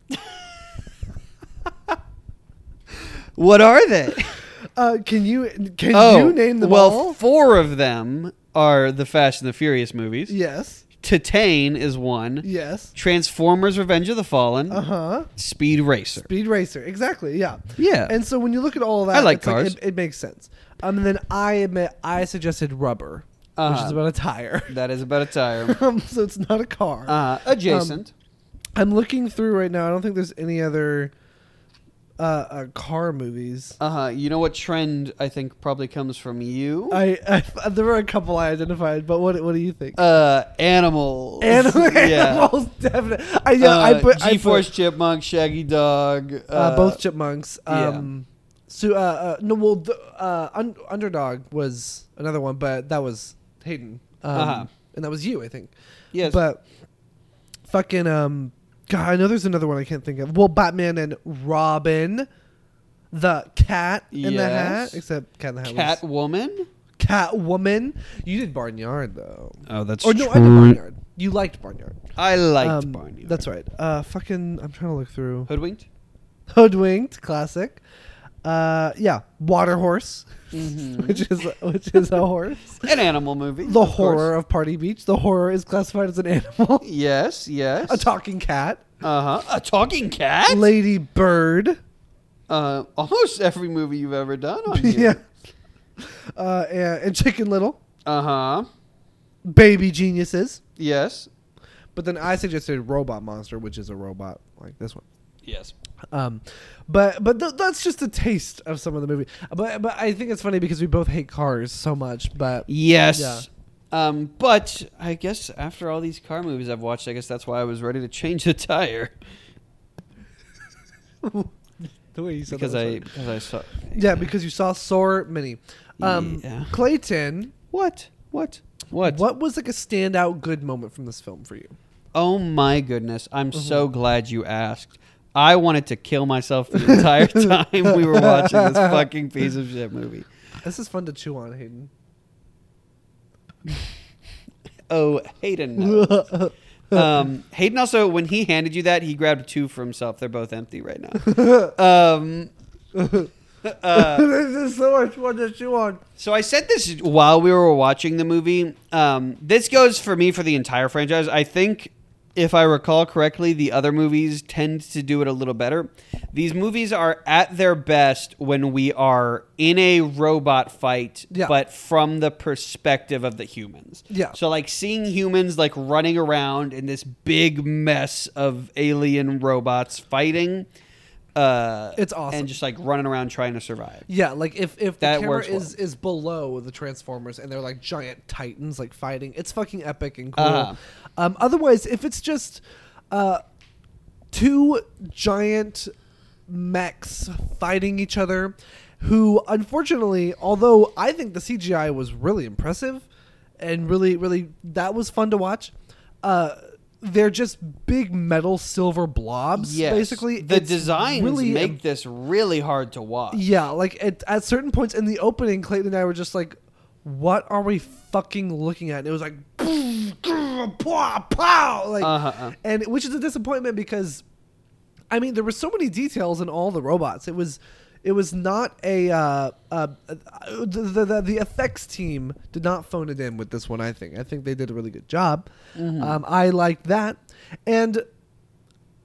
Speaker 1: What are they?
Speaker 2: Uh, can you can you name them
Speaker 1: Oh, well,
Speaker 2: all?
Speaker 1: four of them are the Fast and the Furious movies.
Speaker 2: yes.
Speaker 1: Titane is one.
Speaker 2: Yes.
Speaker 1: Transformers: Revenge of the Fallen.
Speaker 2: Uh huh.
Speaker 1: Speed Racer.
Speaker 2: Speed Racer. Exactly. Yeah.
Speaker 1: Yeah.
Speaker 2: And so when you look at all that,
Speaker 1: I like
Speaker 2: it's
Speaker 1: cars.
Speaker 2: it, it makes sense. Um, and then I admit I suggested rubber, which
Speaker 1: Uh-huh.
Speaker 2: is about a Um, tire.
Speaker 1: that is about a tire.
Speaker 2: um, so it's not a car.
Speaker 1: Uh, adjacent.
Speaker 2: I'm looking through right now. I don't think there's any other uh, uh car movies.
Speaker 1: uh huh. You know what trend I think probably comes from you?
Speaker 2: I, I there were a couple I identified, but what what do you think?
Speaker 1: Uh, animals.
Speaker 2: Animal,
Speaker 1: yeah. Uh,
Speaker 2: animals, definitely. I yeah, I put I put,
Speaker 1: G-force chipmunk, Shaggy Dog. Uh,
Speaker 2: uh, both chipmunks.
Speaker 1: yeah.
Speaker 2: Um, So uh, uh, no, well, the, uh, un- underdog was another one, but that was Hayden, um,
Speaker 1: Uh-huh.
Speaker 2: and that was you, I think.
Speaker 1: Yes.
Speaker 2: But fucking um, God, I know there's another one I can't think of. Well, Batman and Robin, the cat in the
Speaker 1: Yes.
Speaker 2: hat, except cat in the hat. Was
Speaker 1: Catwoman.
Speaker 2: Catwoman. You did Barnyard though.
Speaker 1: Oh, that's
Speaker 2: Or no, I did Barnyard. You liked Barnyard.
Speaker 1: I liked
Speaker 2: Um,
Speaker 1: Barney.
Speaker 2: That's right. Uh, fucking, I'm trying to look through.
Speaker 1: Hoodwinked.
Speaker 2: Hoodwinked, classic. Uh, yeah, Water Horse, which is which is a horse.
Speaker 1: An animal movie.
Speaker 2: The
Speaker 1: of course.
Speaker 2: horror Mm-hmm. of Party Beach. The horror is classified as an animal.
Speaker 1: Yes, yes.
Speaker 2: A talking cat.
Speaker 1: uh huh. A talking cat.
Speaker 2: Lady Bird.
Speaker 1: uh, almost every movie you've ever done on here.
Speaker 2: Oh, yeah. Uh, and, and Chicken Little.
Speaker 1: Uh huh.
Speaker 2: Baby Geniuses.
Speaker 1: Yes.
Speaker 2: But then I suggested Robot Monster, which is a robot like this one.
Speaker 1: Yes.
Speaker 2: Um, but but th- that's just a taste of some of the movie. But but I think it's funny because we both hate cars so much. But
Speaker 1: Yes. Um, but I guess after all these car movies I've watched, I guess that's why I was ready to change the tire
Speaker 2: the way you said
Speaker 1: because
Speaker 2: that was
Speaker 1: I
Speaker 2: funny.
Speaker 1: because I saw.
Speaker 2: yeah because you saw Sor Mini, um,
Speaker 1: Yeah.
Speaker 2: Clayton.
Speaker 1: What? What? What?
Speaker 2: What was like a standout good moment from this film for you?
Speaker 1: Oh my goodness! I'm
Speaker 2: Mm-hmm.
Speaker 1: so glad you asked. I wanted to kill myself the entire time we were watching this fucking piece of shit movie.
Speaker 2: This is fun to chew on, Hayden.
Speaker 1: Oh, Hayden. knows. um, Hayden also, when he handed you that, he grabbed two for himself. They're both empty right now. Um, uh,
Speaker 2: this is so much fun to chew on.
Speaker 1: so I said this while we were watching the movie. Um, this goes for me for the entire franchise. I think, if I recall correctly, the other movies tend to do it a little better. These movies are at their best when we are in a robot fight,
Speaker 2: Yeah.
Speaker 1: but from the perspective of the humans.
Speaker 2: Yeah.
Speaker 1: So like seeing humans like running around in this big mess of alien robots fighting. Uh,
Speaker 2: It's awesome.
Speaker 1: And just like running around trying to survive.
Speaker 2: Yeah, like if if the
Speaker 1: That
Speaker 2: camera
Speaker 1: works well.
Speaker 2: is is below the Transformers and they're like giant titans like fighting, it's fucking epic and cool.
Speaker 1: Uh-huh.
Speaker 2: Um, otherwise, if it's just uh, two giant mechs fighting each other, who unfortunately, although I think the CGI was really impressive and really really that was fun to watch. Uh, they're just big metal silver blobs,
Speaker 1: Yes.
Speaker 2: basically.
Speaker 1: the
Speaker 2: It's
Speaker 1: designs
Speaker 2: im-
Speaker 1: make this really hard to watch.
Speaker 2: yeah, like at, at certain points in the opening, Clayton and I were just like, "What are we fucking looking at?" And it was like, boom, grr, pow, pow, like,
Speaker 1: Uh-huh, uh.
Speaker 2: and which is a disappointment because, I mean, there were so many details in all the robots. It was, it was not a uh, uh, the, the the- the effects team did not phone it in with this one. I think I think they did a really good job. Um, I liked that, and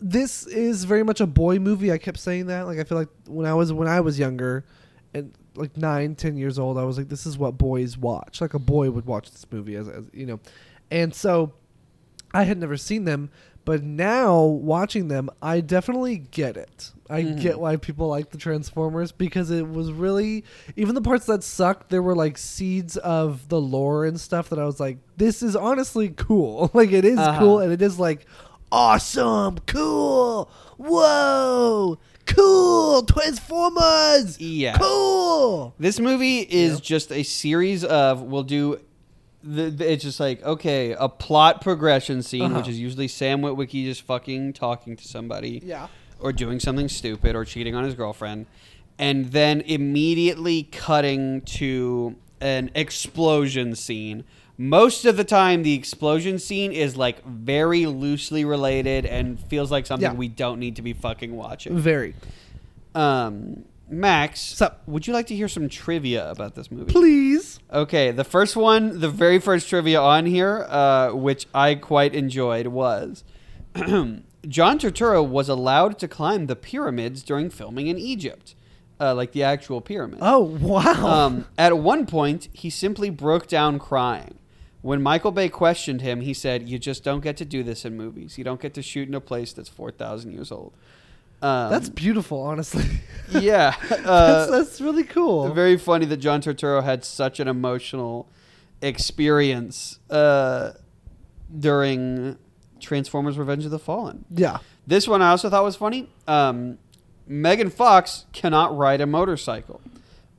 Speaker 2: this is very much a boy movie. I kept saying that. Like I feel like when I was when I was younger, and like nine, ten years old, I was like, this is what boys watch. Like a boy would watch this movie as, as you know, and so I had never seen them, but now watching them, I definitely get it. I get why people like the Transformers because it was really even the parts that sucked, there were like seeds of the lore and stuff that I was like, this is honestly cool. like it is
Speaker 1: Uh-huh.
Speaker 2: cool and it is like awesome, cool, whoa, cool, Transformers.
Speaker 1: Yeah.
Speaker 2: Cool.
Speaker 1: This movie is just a series of we'll do. The, the- it's just like okay, a plot progression scene, which
Speaker 2: Uh-huh.
Speaker 1: is usually Sam Witwicky just fucking talking to somebody,
Speaker 2: Yeah.
Speaker 1: or doing something stupid, or cheating on his girlfriend, and then immediately cutting to an explosion scene. Most of the time, the explosion scene is like very loosely related and feels like something
Speaker 2: Yeah.
Speaker 1: we don't need to be fucking watching.
Speaker 2: Very.
Speaker 1: Um, Max,
Speaker 2: Sup?
Speaker 1: would you like to hear some trivia about this movie?
Speaker 2: Please.
Speaker 1: Okay, the first one, the very first trivia on here, uh, which I quite enjoyed, was John Turturro was allowed to climb the pyramids during filming in Egypt, uh, like the actual pyramid.
Speaker 2: Oh, wow.
Speaker 1: Um, at one point, he simply broke down crying. When Michael Bay questioned him, he said, "You just don't get to do this in movies. You don't get to shoot in a place that's four thousand years old." Um,
Speaker 2: that's beautiful, honestly.
Speaker 1: yeah.
Speaker 2: that's,
Speaker 1: uh,
Speaker 2: that's really cool.
Speaker 1: very funny that John Turturro had such an emotional experience uh, during Transformers: Revenge of the Fallen.
Speaker 2: yeah.
Speaker 1: This one I also thought was funny. Um, Megan Fox cannot ride a motorcycle,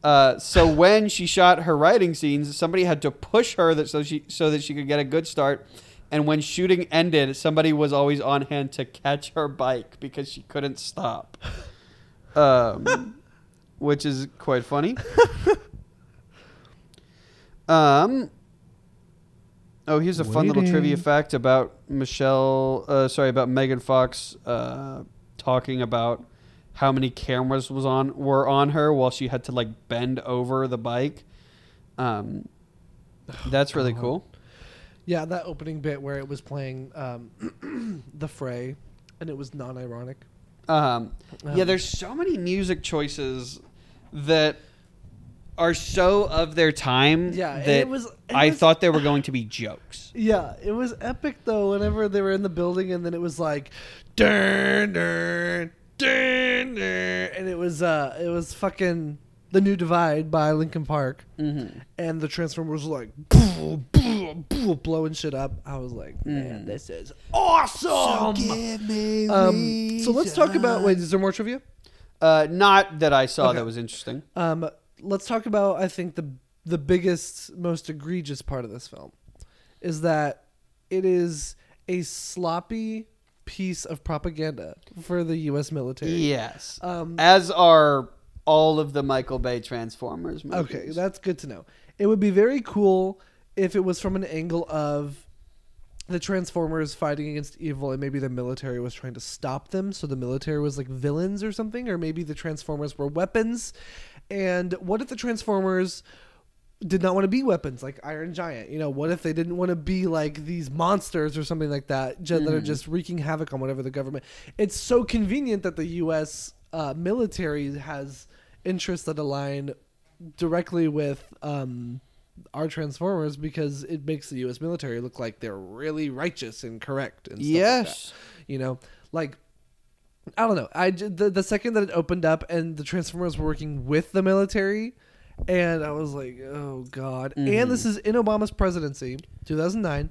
Speaker 1: uh, so when she shot her riding scenes, somebody had to push her that so she so that she could get a good start. And when shooting ended, somebody was always on hand to catch her bike because she couldn't stop, um, which is quite funny. Um. Oh, here's a fun little trivia
Speaker 2: Waiting.
Speaker 1: fact about Michelle. Uh, sorry, about Megan Fox uh, talking about how many cameras was on were on her while she had to like bend over the bike. Um, that's really cool.
Speaker 2: Yeah, that opening bit where it was playing um, the fray and it was non ironic.
Speaker 1: Um, yeah,
Speaker 2: Um,
Speaker 1: there's so many music choices that are so of their time.
Speaker 2: Yeah, and
Speaker 1: that
Speaker 2: it was- it
Speaker 1: I
Speaker 2: was-
Speaker 1: thought they were going to be jokes.
Speaker 2: Yeah, it was epic though whenever they were in the building and then it was like dun, dun, dun, dun, and it was uh it was fucking The New Divide by Linkin Park
Speaker 1: Mm-hmm.
Speaker 2: and the Transformers were like boo, boo, boo, blowing shit up. I was like, man, this is awesome. um, so let's talk about wait, is there more trivia?
Speaker 1: Uh, not that I saw
Speaker 2: Okay.
Speaker 1: that was interesting.
Speaker 2: Um, let's talk about I think the the biggest, most egregious part of this film is that it is a sloppy piece of propaganda for the U.S. military.
Speaker 1: Yes.
Speaker 2: Um,
Speaker 1: As are all of the Michael Bay Transformers movies.
Speaker 2: Okay, that's good to know. It would be very cool if it was from an angle of the Transformers fighting against evil, and maybe the military was trying to stop them. So the military was like villains or something, or maybe the Transformers were weapons. And what if the Transformers did not want to be weapons like Iron Giant? You know, what if they didn't want to be like these monsters or something like that ju- that are just wreaking havoc on whatever the government? It's so convenient that the U.S. Uh, military has interests that align directly with um, our Transformers because it makes the U.S. military look like they're really righteous and correct. And stuff like
Speaker 1: Yes.
Speaker 2: that. you know, like I don't know. I j- the, the second that it opened up and the Transformers were working with the military, and I was like, oh god. And
Speaker 1: Mm-hmm.
Speaker 2: this is in Obama's presidency, 2009,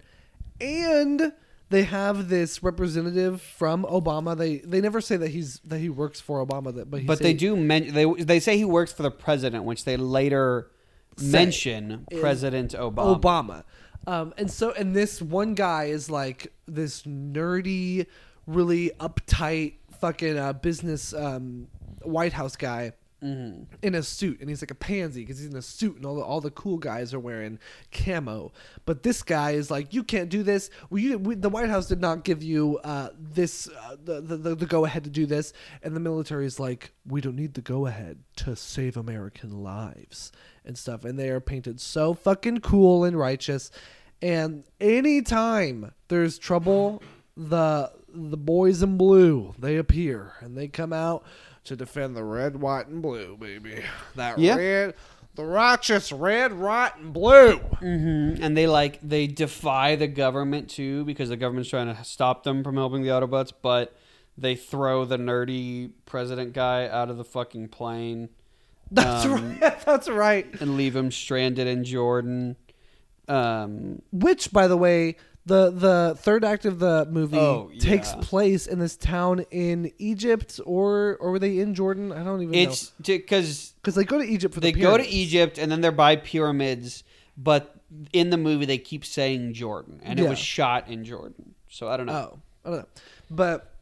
Speaker 2: and they have this representative from Obama. They they never say that he's that he works for Obama, that but he
Speaker 1: But they
Speaker 2: say-
Speaker 1: do men- they they say he works for the president, which they later
Speaker 2: Say
Speaker 1: mention
Speaker 2: is
Speaker 1: President Obama.
Speaker 2: Obama. Um, and so, and this one guy is like this nerdy, really uptight fucking uh, business um, White House guy in a suit, and he's like a pansy because he's in a suit, and all the, all the cool guys are wearing camo. But this guy is like, you can't do this. We, you, we the White House did not give you uh, this uh, the, the the go ahead to do this, and the military is like, we don't need the go ahead to save American lives and stuff, and they are painted so fucking cool and righteous. And anytime there's trouble, the the boys in blue they appear and they come out to defend the red, white, and blue, baby. That
Speaker 1: Yeah.
Speaker 2: red,
Speaker 3: The righteous red, right, and blue.
Speaker 1: Mm. and they like they defy the government too because the government's trying to stop them from helping the Autobots, but they throw the nerdy president guy out of the fucking plane
Speaker 2: That's
Speaker 1: Um,
Speaker 2: right. That's right.
Speaker 1: and leave him stranded in Jordan. Um,
Speaker 2: Which, by the way, the the third act of the movie
Speaker 1: Oh,
Speaker 2: takes
Speaker 1: yeah.
Speaker 2: place in this town in Egypt, or or were they in Jordan? I don't even know.
Speaker 1: it's because
Speaker 2: Because they go to Egypt for
Speaker 1: they
Speaker 2: the
Speaker 1: go to E-
Speaker 2: pyramids.
Speaker 1: Egypt and then they're by pyramids, but in the movie they keep saying Jordan, and it
Speaker 2: Yeah.
Speaker 1: was shot in Jordan. So I don't know.
Speaker 2: Oh, I don't know, but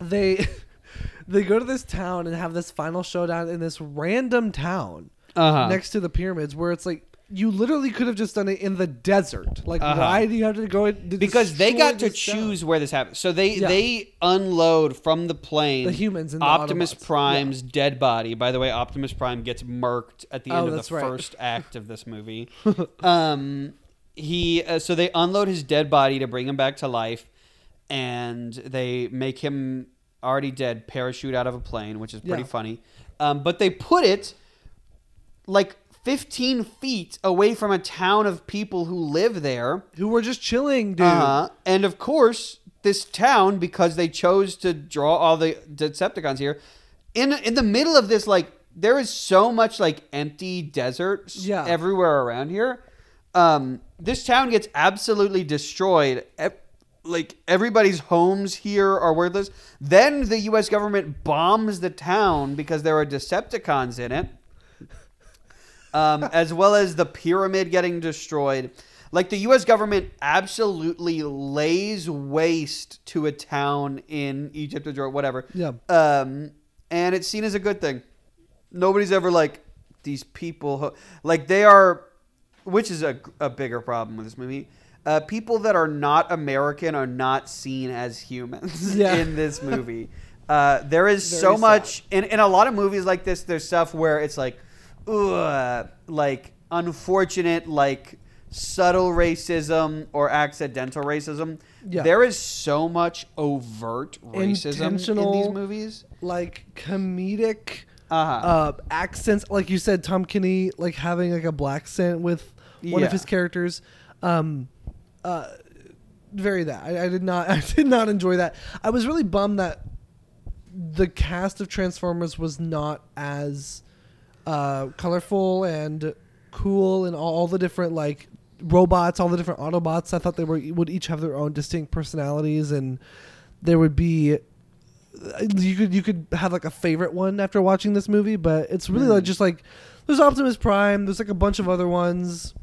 Speaker 2: they they go to this town and have this final showdown in this random town
Speaker 1: Uh-huh.
Speaker 2: next to the pyramids, where it's like. You literally could have just done it in the desert. Like,
Speaker 1: Uh-huh.
Speaker 2: why do you have to go? In, to
Speaker 1: because they
Speaker 2: destroy
Speaker 1: got to
Speaker 2: this town?
Speaker 1: choose where this happens. So they
Speaker 2: Yeah.
Speaker 1: they unload from the plane
Speaker 2: The humans and the
Speaker 1: Optimus
Speaker 2: Autobots.
Speaker 1: Prime's dead body. By the way, Optimus Prime gets murked at the
Speaker 2: Oh,
Speaker 1: end of
Speaker 2: that's
Speaker 1: the
Speaker 2: right.
Speaker 1: first act of this movie. um, he uh, so they unload his dead body to bring him back to life, and they make him already dead parachute out of a plane, which is pretty
Speaker 2: Yeah.
Speaker 1: funny. Um, but they put it like 15 feet away from a town of people who live there.
Speaker 2: Who were just chilling, dude.
Speaker 1: Uh-huh. And of course, this town, because they chose to draw all the Decepticons here, in in the middle of this, like there is so much like empty desert s-
Speaker 2: Yeah.
Speaker 1: everywhere around here. Um, this town gets absolutely destroyed. Ev- like everybody's homes here are worthless. Then the U.S. government bombs the town because there are Decepticons in it um, as well as the pyramid getting destroyed. Like the U.S. government absolutely lays waste to a town in Egypt or Jordan, whatever.
Speaker 2: Yeah.
Speaker 1: Um, and it's seen as a good thing. Nobody's ever like these people, who- like they are, which is a, a bigger problem with this movie. Uh, people that are not American are not seen as humans
Speaker 2: Yeah.
Speaker 1: in this movie. Uh, there is
Speaker 2: Very
Speaker 1: so
Speaker 2: sad.
Speaker 1: much in, in a lot of movies like this, there's stuff where it's like, ugh, like unfortunate, like subtle racism or accidental racism.
Speaker 2: Yeah.
Speaker 1: There is so much overt racism in these
Speaker 2: Intentional-
Speaker 1: movies.
Speaker 2: like comedic
Speaker 1: Uh-huh.
Speaker 2: uh, accents, like you said, Tom Kinney, like having like a black scent with one
Speaker 1: Yeah.
Speaker 2: of his characters. Um, uh, very that I, I did not, I did not enjoy that. I was really bummed that the cast of Transformers was not as uh, colorful and cool, and all, all the different like robots, all the different Autobots. I thought they were would each have their own distinct personalities, and there would be you could you could have like a favorite one after watching this movie, but it's really
Speaker 1: Hmm.
Speaker 2: like just like there's Optimus Prime, there's like a bunch of other ones.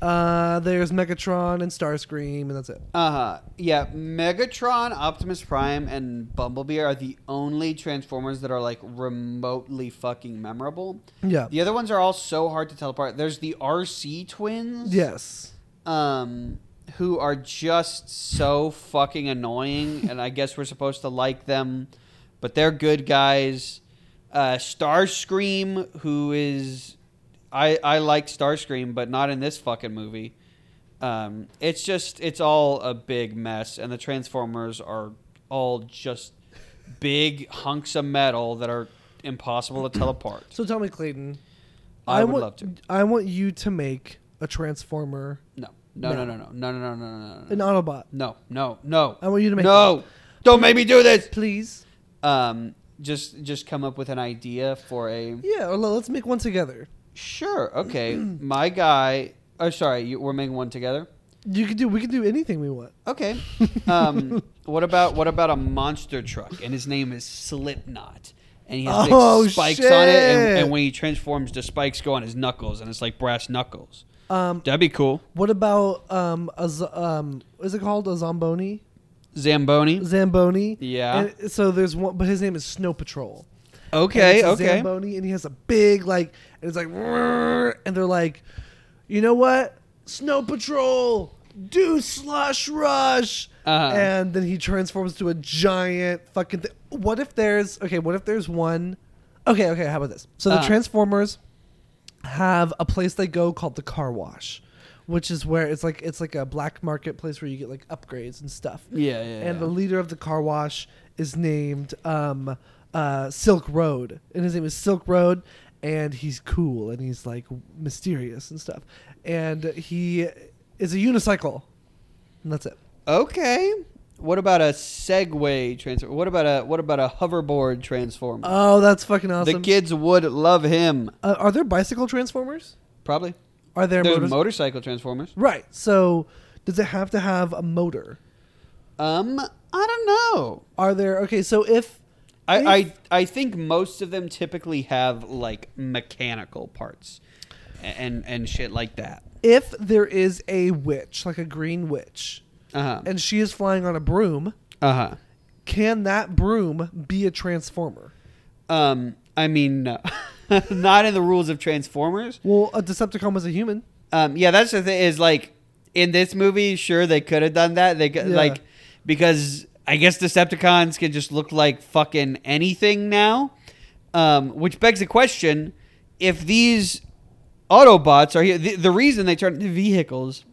Speaker 2: Uh, there's Megatron and Starscream, and that's it.
Speaker 1: Uh huh. Yeah, Megatron, Optimus Prime, and Bumblebee are the only Transformers that are like remotely fucking memorable.
Speaker 2: Yeah.
Speaker 1: The other ones are all so hard to tell apart. There's the RC twins.
Speaker 2: Yes.
Speaker 1: um, who are just so fucking annoying, and I guess we're supposed to like them, but they're good guys. Uh, Starscream, who is, I I like Starscream, but not in this fucking movie. Um, it's just it's all a big mess, and the Transformers are all just big hunks of metal that are impossible to tell apart.
Speaker 2: So tell me, Clayton.
Speaker 1: I would
Speaker 2: want,
Speaker 1: love to.
Speaker 2: I want you to make a Transformer,
Speaker 1: No, no, no, no, no, no, no, no, no, no, no.
Speaker 2: an Autobot.
Speaker 1: No, no, no.
Speaker 2: I want you to make
Speaker 1: Hmm. No. Don't make me do this.
Speaker 2: Please.
Speaker 1: Um just just come up with an idea for a
Speaker 2: Yeah. Or le- let's make one together.
Speaker 1: Sure. Okay. My guy Oh, sorry. You, we're making one together.
Speaker 2: You could do. We could do anything we want.
Speaker 1: Okay. Um, what about what about a monster truck? And his name is Slipknot, and he has
Speaker 2: Oh,
Speaker 1: big spikes on it, and,
Speaker 2: shit.
Speaker 1: and when he transforms, the spikes go on his knuckles, and it's like brass knuckles.
Speaker 2: Um,
Speaker 1: That'd be cool.
Speaker 2: what about um a z- um is it called a zomboni?
Speaker 1: Zamboni.
Speaker 2: Zamboni.
Speaker 1: Yeah.
Speaker 2: And uh, so there's one, but his name is Snow Patrol.
Speaker 1: Okay.
Speaker 2: and it's a
Speaker 1: Okay.
Speaker 2: Zamboni, and he has a big like, and it's like, "Rrrr," and they're like, you know what? Snow Patrol, do slush rush,
Speaker 1: Uh-huh.
Speaker 2: and then he transforms to a giant fucking. Th- what if there's okay? What if there's one? Okay, okay. How about this? So the
Speaker 1: Uh-huh.
Speaker 2: Transformers have a place they go called the car wash. Which is where it's like it's like a black market place where you get like upgrades and stuff
Speaker 1: Yeah. Yeah.
Speaker 2: and the
Speaker 1: yeah.
Speaker 2: leader of the car wash is named um, uh, Silk Road, and his name is Silk Road, and he's cool and he's like mysterious and stuff. And he is a unicycle, and that's it.
Speaker 1: Okay. What about a Segway transfer? What about a what about a hoverboard transformer?
Speaker 2: Oh, that's fucking awesome.
Speaker 1: The kids would love him.
Speaker 2: uh, are there bicycle transformers?
Speaker 1: Probably.
Speaker 2: Are there
Speaker 1: There's
Speaker 2: motors-
Speaker 1: motorcycle transformers.
Speaker 2: right. So does it have to have a motor?
Speaker 1: Um, I don't know.
Speaker 2: Are there okay? So if
Speaker 1: I, I I think most of them typically have like mechanical parts and and shit like that.
Speaker 2: if there is a witch, like a green witch,
Speaker 1: Uh huh.
Speaker 2: and she is flying on a broom,
Speaker 1: Uh huh.
Speaker 2: can that broom be a transformer?
Speaker 1: Um, I mean, no. not in the rules of Transformers.
Speaker 2: Well, a Decepticon was a human.
Speaker 1: Um, yeah, that's the thing. Is like in this movie, sure they could have done that. They could
Speaker 2: Yeah.
Speaker 1: like because I guess Decepticons can just look like fucking anything now. Um, which begs the question: if these Autobots are here, the, the reason they turn into vehicles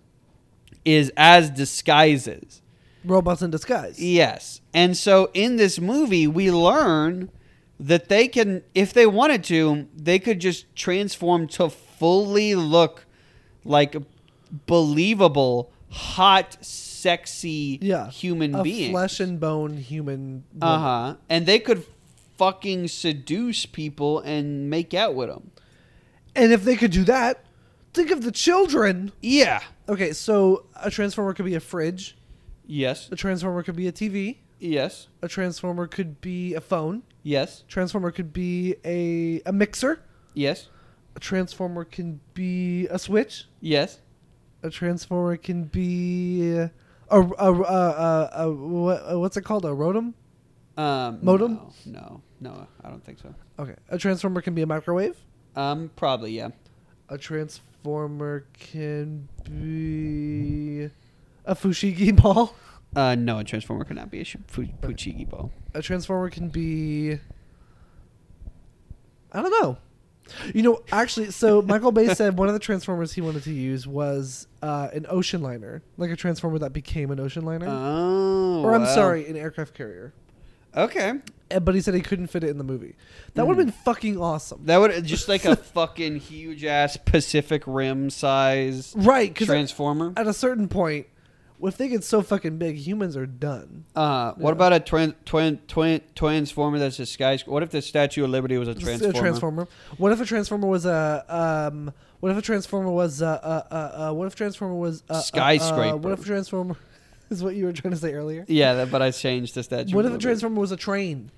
Speaker 1: is as disguises.
Speaker 2: Robots in disguise.
Speaker 1: E Yes. And so in this movie, we learn that they can, if they wanted to, they could just transform to fully look like believable, hot, sexy
Speaker 2: yeah,
Speaker 1: human
Speaker 2: a
Speaker 1: beings.
Speaker 2: flesh and bone human.
Speaker 1: uh
Speaker 2: woman.
Speaker 1: huh. And they could fucking seduce people and make out with them.
Speaker 2: And if they could do that, think of the children.
Speaker 1: Yeah.
Speaker 2: Okay, so a transformer could be a fridge.
Speaker 1: Yes.
Speaker 2: A transformer could be a TV.
Speaker 1: Yes.
Speaker 2: A transformer could be a phone.
Speaker 1: Yes.
Speaker 2: Transformer could be a a mixer.
Speaker 1: Yes.
Speaker 2: A transformer can be a switch.
Speaker 1: Yes.
Speaker 2: A transformer can be a a a, a, a, a, what- uh, what's it called? A rotom.
Speaker 1: Um,
Speaker 2: Modem?
Speaker 1: No, no, no, I don't think so.
Speaker 2: Okay. A transformer can be a microwave.
Speaker 1: Um, probably, yeah.
Speaker 2: A transformer can be a fushigi ball.
Speaker 1: Uh, no, a transformer could not be a sh- fu- Fuchigi ball.
Speaker 2: A transformer can be. I don't know. You know, actually, so Michael Bay said one of the transformers he wanted to use was uh, an ocean liner, like a transformer that became an ocean liner,
Speaker 1: Oh,
Speaker 2: or I'm
Speaker 1: wow.
Speaker 2: sorry, an aircraft carrier.
Speaker 1: Okay,
Speaker 2: Eh, But he said he couldn't fit it in the movie. That would have been fucking awesome,
Speaker 1: Hmm. that would just like a fucking huge ass Pacific Rim size
Speaker 2: right? Because
Speaker 1: transformer.
Speaker 2: at a certain point, if they get so fucking big, humans are done.
Speaker 1: Uh, what about a tran- twin twin transformer that's a sky? What if the Statue of Liberty was a
Speaker 2: Just
Speaker 1: transformer?
Speaker 2: A transformer. What if a transformer was a um? What if a transformer was a uh, uh, uh, What if transformer was a, uh, uh,
Speaker 1: Skyscraper.
Speaker 2: what if a transformer is what you were trying to say earlier?
Speaker 1: Yeah, that, but I changed the Statue.
Speaker 2: What
Speaker 1: of
Speaker 2: if a
Speaker 1: Liberty.
Speaker 2: transformer was a train?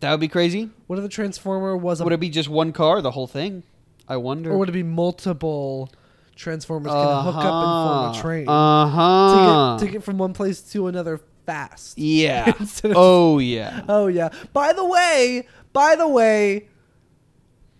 Speaker 1: That would be crazy.
Speaker 2: What if a transformer was a
Speaker 1: Would it be just one car, the whole thing? I wonder.
Speaker 2: or would it be multiple transformers can hook up and form a train
Speaker 1: Uh huh.
Speaker 2: to, get, to get from one place to another fast?
Speaker 1: yeah.
Speaker 2: instead of-
Speaker 1: oh yeah.
Speaker 2: Oh yeah. By the way, by the way,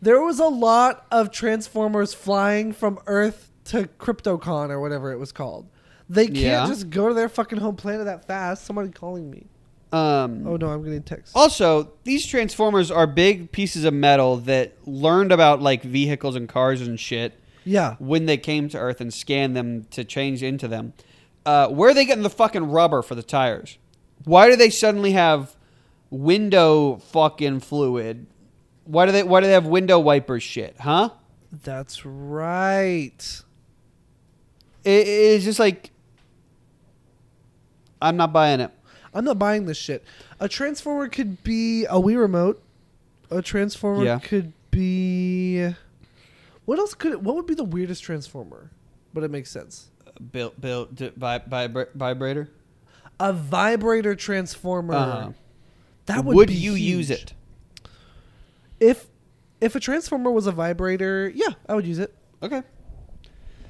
Speaker 2: there was a lot of Transformers flying from Earth to Cryptocon or whatever it was called. They can't
Speaker 1: Yeah.
Speaker 2: just go to their fucking home planet that fast. Somebody calling me.
Speaker 1: Um.
Speaker 2: Oh no, I'm getting text.
Speaker 1: Also, these transformers are big pieces of metal that learned about like vehicles and cars and shit
Speaker 2: Yeah.
Speaker 1: when they came to Earth and scanned them to change into them. Uh, where are they getting the fucking rubber for the tires? Why do they suddenly have window fucking fluid? Why do they Why do they have window wiper shit? Huh?
Speaker 2: That's right.
Speaker 1: It, it's just like I'm not buying it.
Speaker 2: I'm not buying this shit. A Transformer could be a Wii remote. A Transformer
Speaker 1: Yeah.
Speaker 2: could be What else could it, what would be the weirdest Transformer? But it makes sense.
Speaker 1: Built built d- vi- vibra- vibrator.
Speaker 2: a vibrator transformer.
Speaker 1: Uh-huh.
Speaker 2: That would, be
Speaker 1: you use
Speaker 2: huge.
Speaker 1: it?
Speaker 2: if if a transformer was a vibrator? Yeah, I would use it.
Speaker 1: Okay.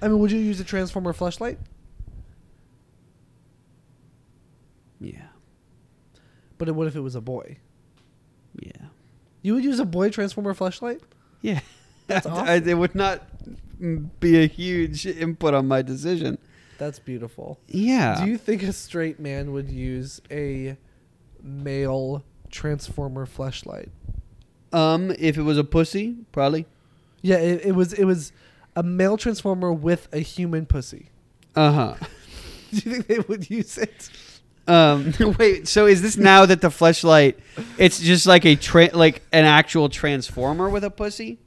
Speaker 2: I mean, would you use a transformer flashlight?
Speaker 1: Yeah.
Speaker 2: But what if it was a boy?
Speaker 1: Yeah.
Speaker 2: You would use a boy transformer flashlight?
Speaker 1: Yeah.
Speaker 2: That's
Speaker 1: I-
Speaker 2: awesome.
Speaker 1: I- it would not be a huge input on my decision.
Speaker 2: That's beautiful.
Speaker 1: Yeah.
Speaker 2: Do you think a straight man would use a male transformer flashlight?
Speaker 1: um, if it was a pussy, probably.
Speaker 2: Yeah, it, it was it was a male transformer with a human pussy. Uh-huh.
Speaker 1: Uh huh.
Speaker 2: Do you think they would use it?
Speaker 1: Um, wait. So is this now that the fleshlight? It's just like a tra- like an actual transformer with a pussy.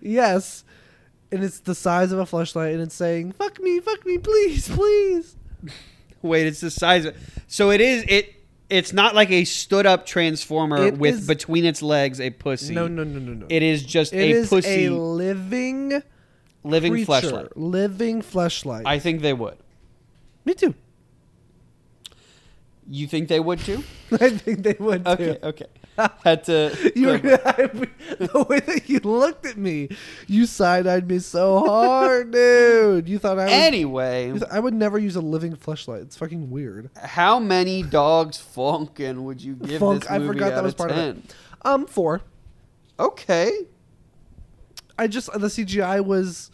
Speaker 2: yes. And it's the size of a flashlight and it's saying, fuck me, fuck me, please, please.
Speaker 1: Wait, it's the size of So it is it it's not like a stood up transformer
Speaker 2: It
Speaker 1: with
Speaker 2: is-
Speaker 1: between its legs a pussy.
Speaker 2: No, no, no, no, no.
Speaker 1: It is just
Speaker 2: It
Speaker 1: a
Speaker 2: is
Speaker 1: pussy
Speaker 2: a living
Speaker 1: living
Speaker 2: creature,
Speaker 1: fleshlight.
Speaker 2: Living fleshlight.
Speaker 1: I think they would.
Speaker 2: me too.
Speaker 1: You think they would too?
Speaker 2: I think they would
Speaker 1: Okay,
Speaker 2: too.
Speaker 1: okay. Had to
Speaker 2: You were, the way that you looked at me, you side eyed me so hard, dude. You thought I was.
Speaker 1: Anyway,
Speaker 2: you thought I would never use a living fleshlight. It's fucking weird.
Speaker 1: how many dogs funkin' would you give
Speaker 2: Funk.
Speaker 1: this
Speaker 2: I
Speaker 1: movie
Speaker 2: forgot
Speaker 1: out
Speaker 2: that was
Speaker 1: of
Speaker 2: part
Speaker 1: 10?
Speaker 2: of it. Um, four.
Speaker 1: Okay.
Speaker 2: I just the CGI was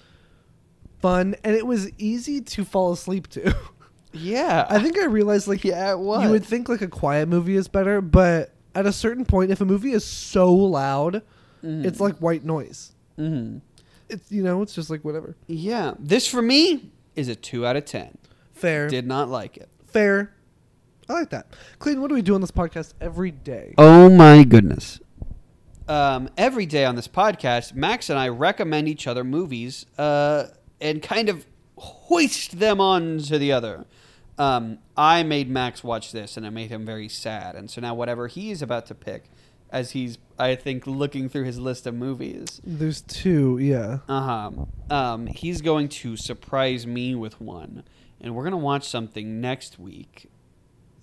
Speaker 2: fun and it was easy to fall asleep to.
Speaker 1: Yeah.
Speaker 2: I think I realized like
Speaker 1: Yeah, it was.
Speaker 2: You would think like a quiet movie is better, but at a certain point, if a movie is so loud,
Speaker 1: Mm-hmm.
Speaker 2: it's like white noise.
Speaker 1: hmm
Speaker 2: It's you know, it's just like whatever.
Speaker 1: Yeah. This for me is a 2 out of 10.
Speaker 2: Fair,
Speaker 1: Did not like it.
Speaker 2: fair. I like that. Clayton, what do we do on this podcast every day?
Speaker 1: Oh my goodness. Um, every day on this podcast, Max and I recommend each other movies uh, and kind of hoist them on to the other. Um, I made Max watch this and it made him very sad. And so now, whatever he is about to pick, as he's, I think, looking through his list of movies,
Speaker 2: There's two, yeah.
Speaker 1: uh huh. Um, he's going to surprise me with one, and we're gonna watch something next week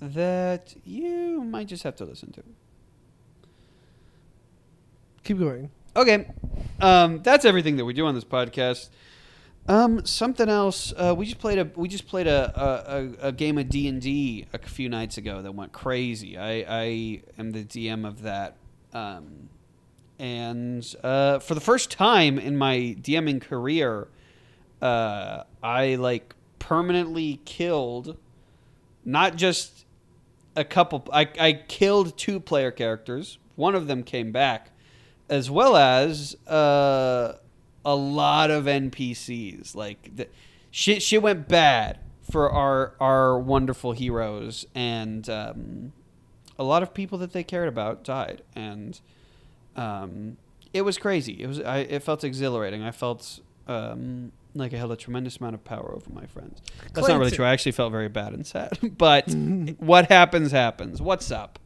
Speaker 1: that you might just have to listen to.
Speaker 2: Keep going.
Speaker 1: Okay, um, that's everything that we do on this podcast. Um, something else. Uh, we just played a we just played a a, a, a game of D and D a few nights ago that went crazy. I I am the DM of that. Um, and uh, for the first time in my DMing career, uh, I like permanently killed, not just a couple. I I killed two player characters. One of them came back, as well as uh, a lot of NPCs. Like the, shit, shit went bad for our our wonderful heroes, and um, a lot of people that they cared about died, and um, it was crazy. It was I, it felt exhilarating. I felt um, like I held a tremendous amount of power over my friends. That's not really
Speaker 2: Clayton.
Speaker 1: true. I actually felt very bad and sad. But what happens happens. What's up?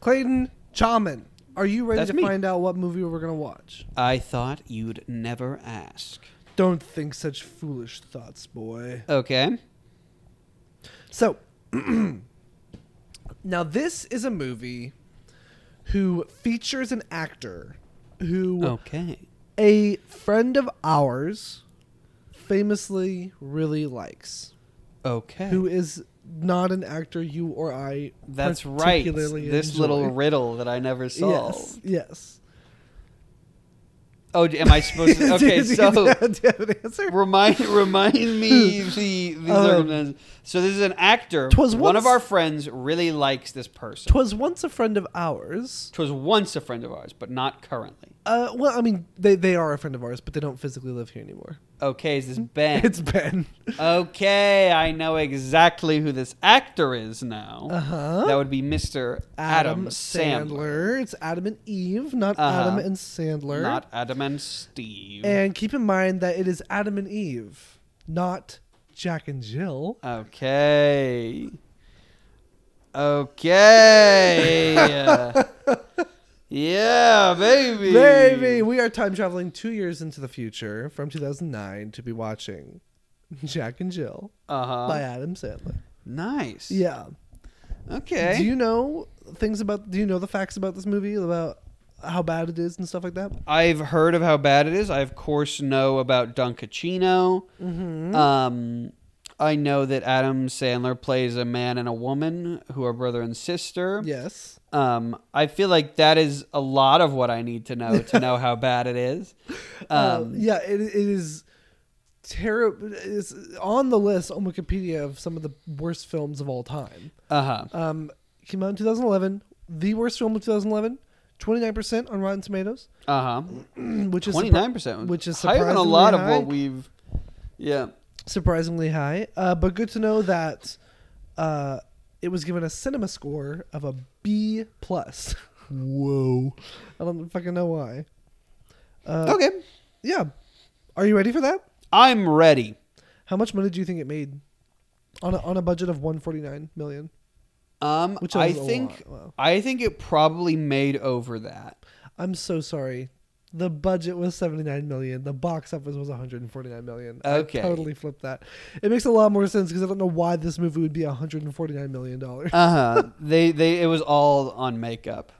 Speaker 2: Clayton Chaman, are you ready
Speaker 1: That's
Speaker 2: to
Speaker 1: me.
Speaker 2: find out what movie we're gonna watch?
Speaker 1: I thought you'd never ask.
Speaker 2: Don't think such foolish thoughts, boy.
Speaker 1: Okay.
Speaker 2: So, now this is a movie who features an actor who
Speaker 1: Okay.
Speaker 2: a friend of ours famously really likes,
Speaker 1: Okay.
Speaker 2: who is not an actor you or I
Speaker 1: That's right.
Speaker 2: particularly
Speaker 1: This
Speaker 2: enjoy.
Speaker 1: little riddle that I never solved.
Speaker 2: yes yes.
Speaker 1: Oh, d- am I supposed to? Okay,
Speaker 2: do, you-
Speaker 1: so
Speaker 2: do you have an answer?
Speaker 1: remind remind me the the
Speaker 2: Um,
Speaker 1: circumstances. So this is an actor.
Speaker 2: 'Twas
Speaker 1: one of
Speaker 2: once-
Speaker 1: our friends really likes this person.
Speaker 2: Twas once a friend of ours.
Speaker 1: Twas once a friend of ours, but not currently.
Speaker 2: Uh, well, I mean, they, they are a friend of ours, but they don't physically live here anymore.
Speaker 1: Okay, is this Ben?
Speaker 2: It's Ben.
Speaker 1: okay, I know exactly who this actor is now.
Speaker 2: Uh-huh.
Speaker 1: That would be Mr. Adam, Sandler,
Speaker 2: It's Adam and Eve, not
Speaker 1: Uh-huh.
Speaker 2: Adam and Sandler. Eh.
Speaker 1: not Adam and Steve.
Speaker 2: and keep in mind that it is Adam and Eve, not Jack and Jill.
Speaker 1: Okay. Okay. yeah, baby.
Speaker 2: Baby, we are time traveling two years into the future from 2009 to be watching Jack and Jill
Speaker 1: Uh huh.
Speaker 2: by Adam Sandler.
Speaker 1: Nice.
Speaker 2: Yeah.
Speaker 1: Okay.
Speaker 2: Do you know things about? Do you know the facts about this movie about how bad it is and stuff like that?
Speaker 1: I've heard of how bad it is. I of course know about Dunkachino.
Speaker 2: Mm-hmm.
Speaker 1: Um, I know that Adam Sandler plays a man and a woman who are brother and sister.
Speaker 2: Yes.
Speaker 1: Um, I feel like that is a lot of what I need to know to know how bad it is.
Speaker 2: Um, yeah, it, it is terrible. It's on the list on Wikipedia of some of the worst films of all time.
Speaker 1: Uh huh.
Speaker 2: Um, came out in 2011. The worst film of 2011. 29% on Rotten Tomatoes,
Speaker 1: Uh huh.
Speaker 2: which is surpri-
Speaker 1: Twenty nine percent,
Speaker 2: which is
Speaker 1: higher than a
Speaker 2: surprisingly
Speaker 1: lot of
Speaker 2: high.
Speaker 1: what we've. Yeah.
Speaker 2: surprisingly high. Uh, but good to know that uh, it was given a cinema score of a B plus. Whoa! I don't fucking know why. Uh,
Speaker 1: Okay.
Speaker 2: Yeah. Are you ready for that?
Speaker 1: I'm ready.
Speaker 2: How much money do you think it made on a, on a budget of 149 million?
Speaker 1: Um,
Speaker 2: Which
Speaker 1: I
Speaker 2: is a
Speaker 1: think
Speaker 2: lot, wow.
Speaker 1: I think it probably made over that.
Speaker 2: I'm so sorry. The budget was 79 million. The box office was 149 million.
Speaker 1: Okay.
Speaker 2: I totally flipped that. It makes a lot more sense because I don't know why this movie would be 149 million dollars.
Speaker 1: Uh huh. they they it was all on makeup.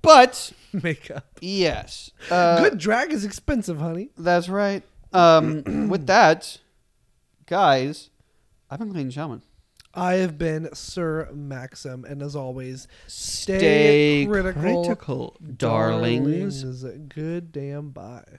Speaker 1: But
Speaker 2: Makeup.
Speaker 1: yes, uh,
Speaker 2: Good drag is expensive, honey.
Speaker 1: That's right. Um, with that, guys, I've been Clayton Shaman.
Speaker 2: I have been Sir Maxim, and as always, stay,
Speaker 1: Stay
Speaker 2: critical,
Speaker 1: critical, darlings.
Speaker 2: darlings. Good damn bye.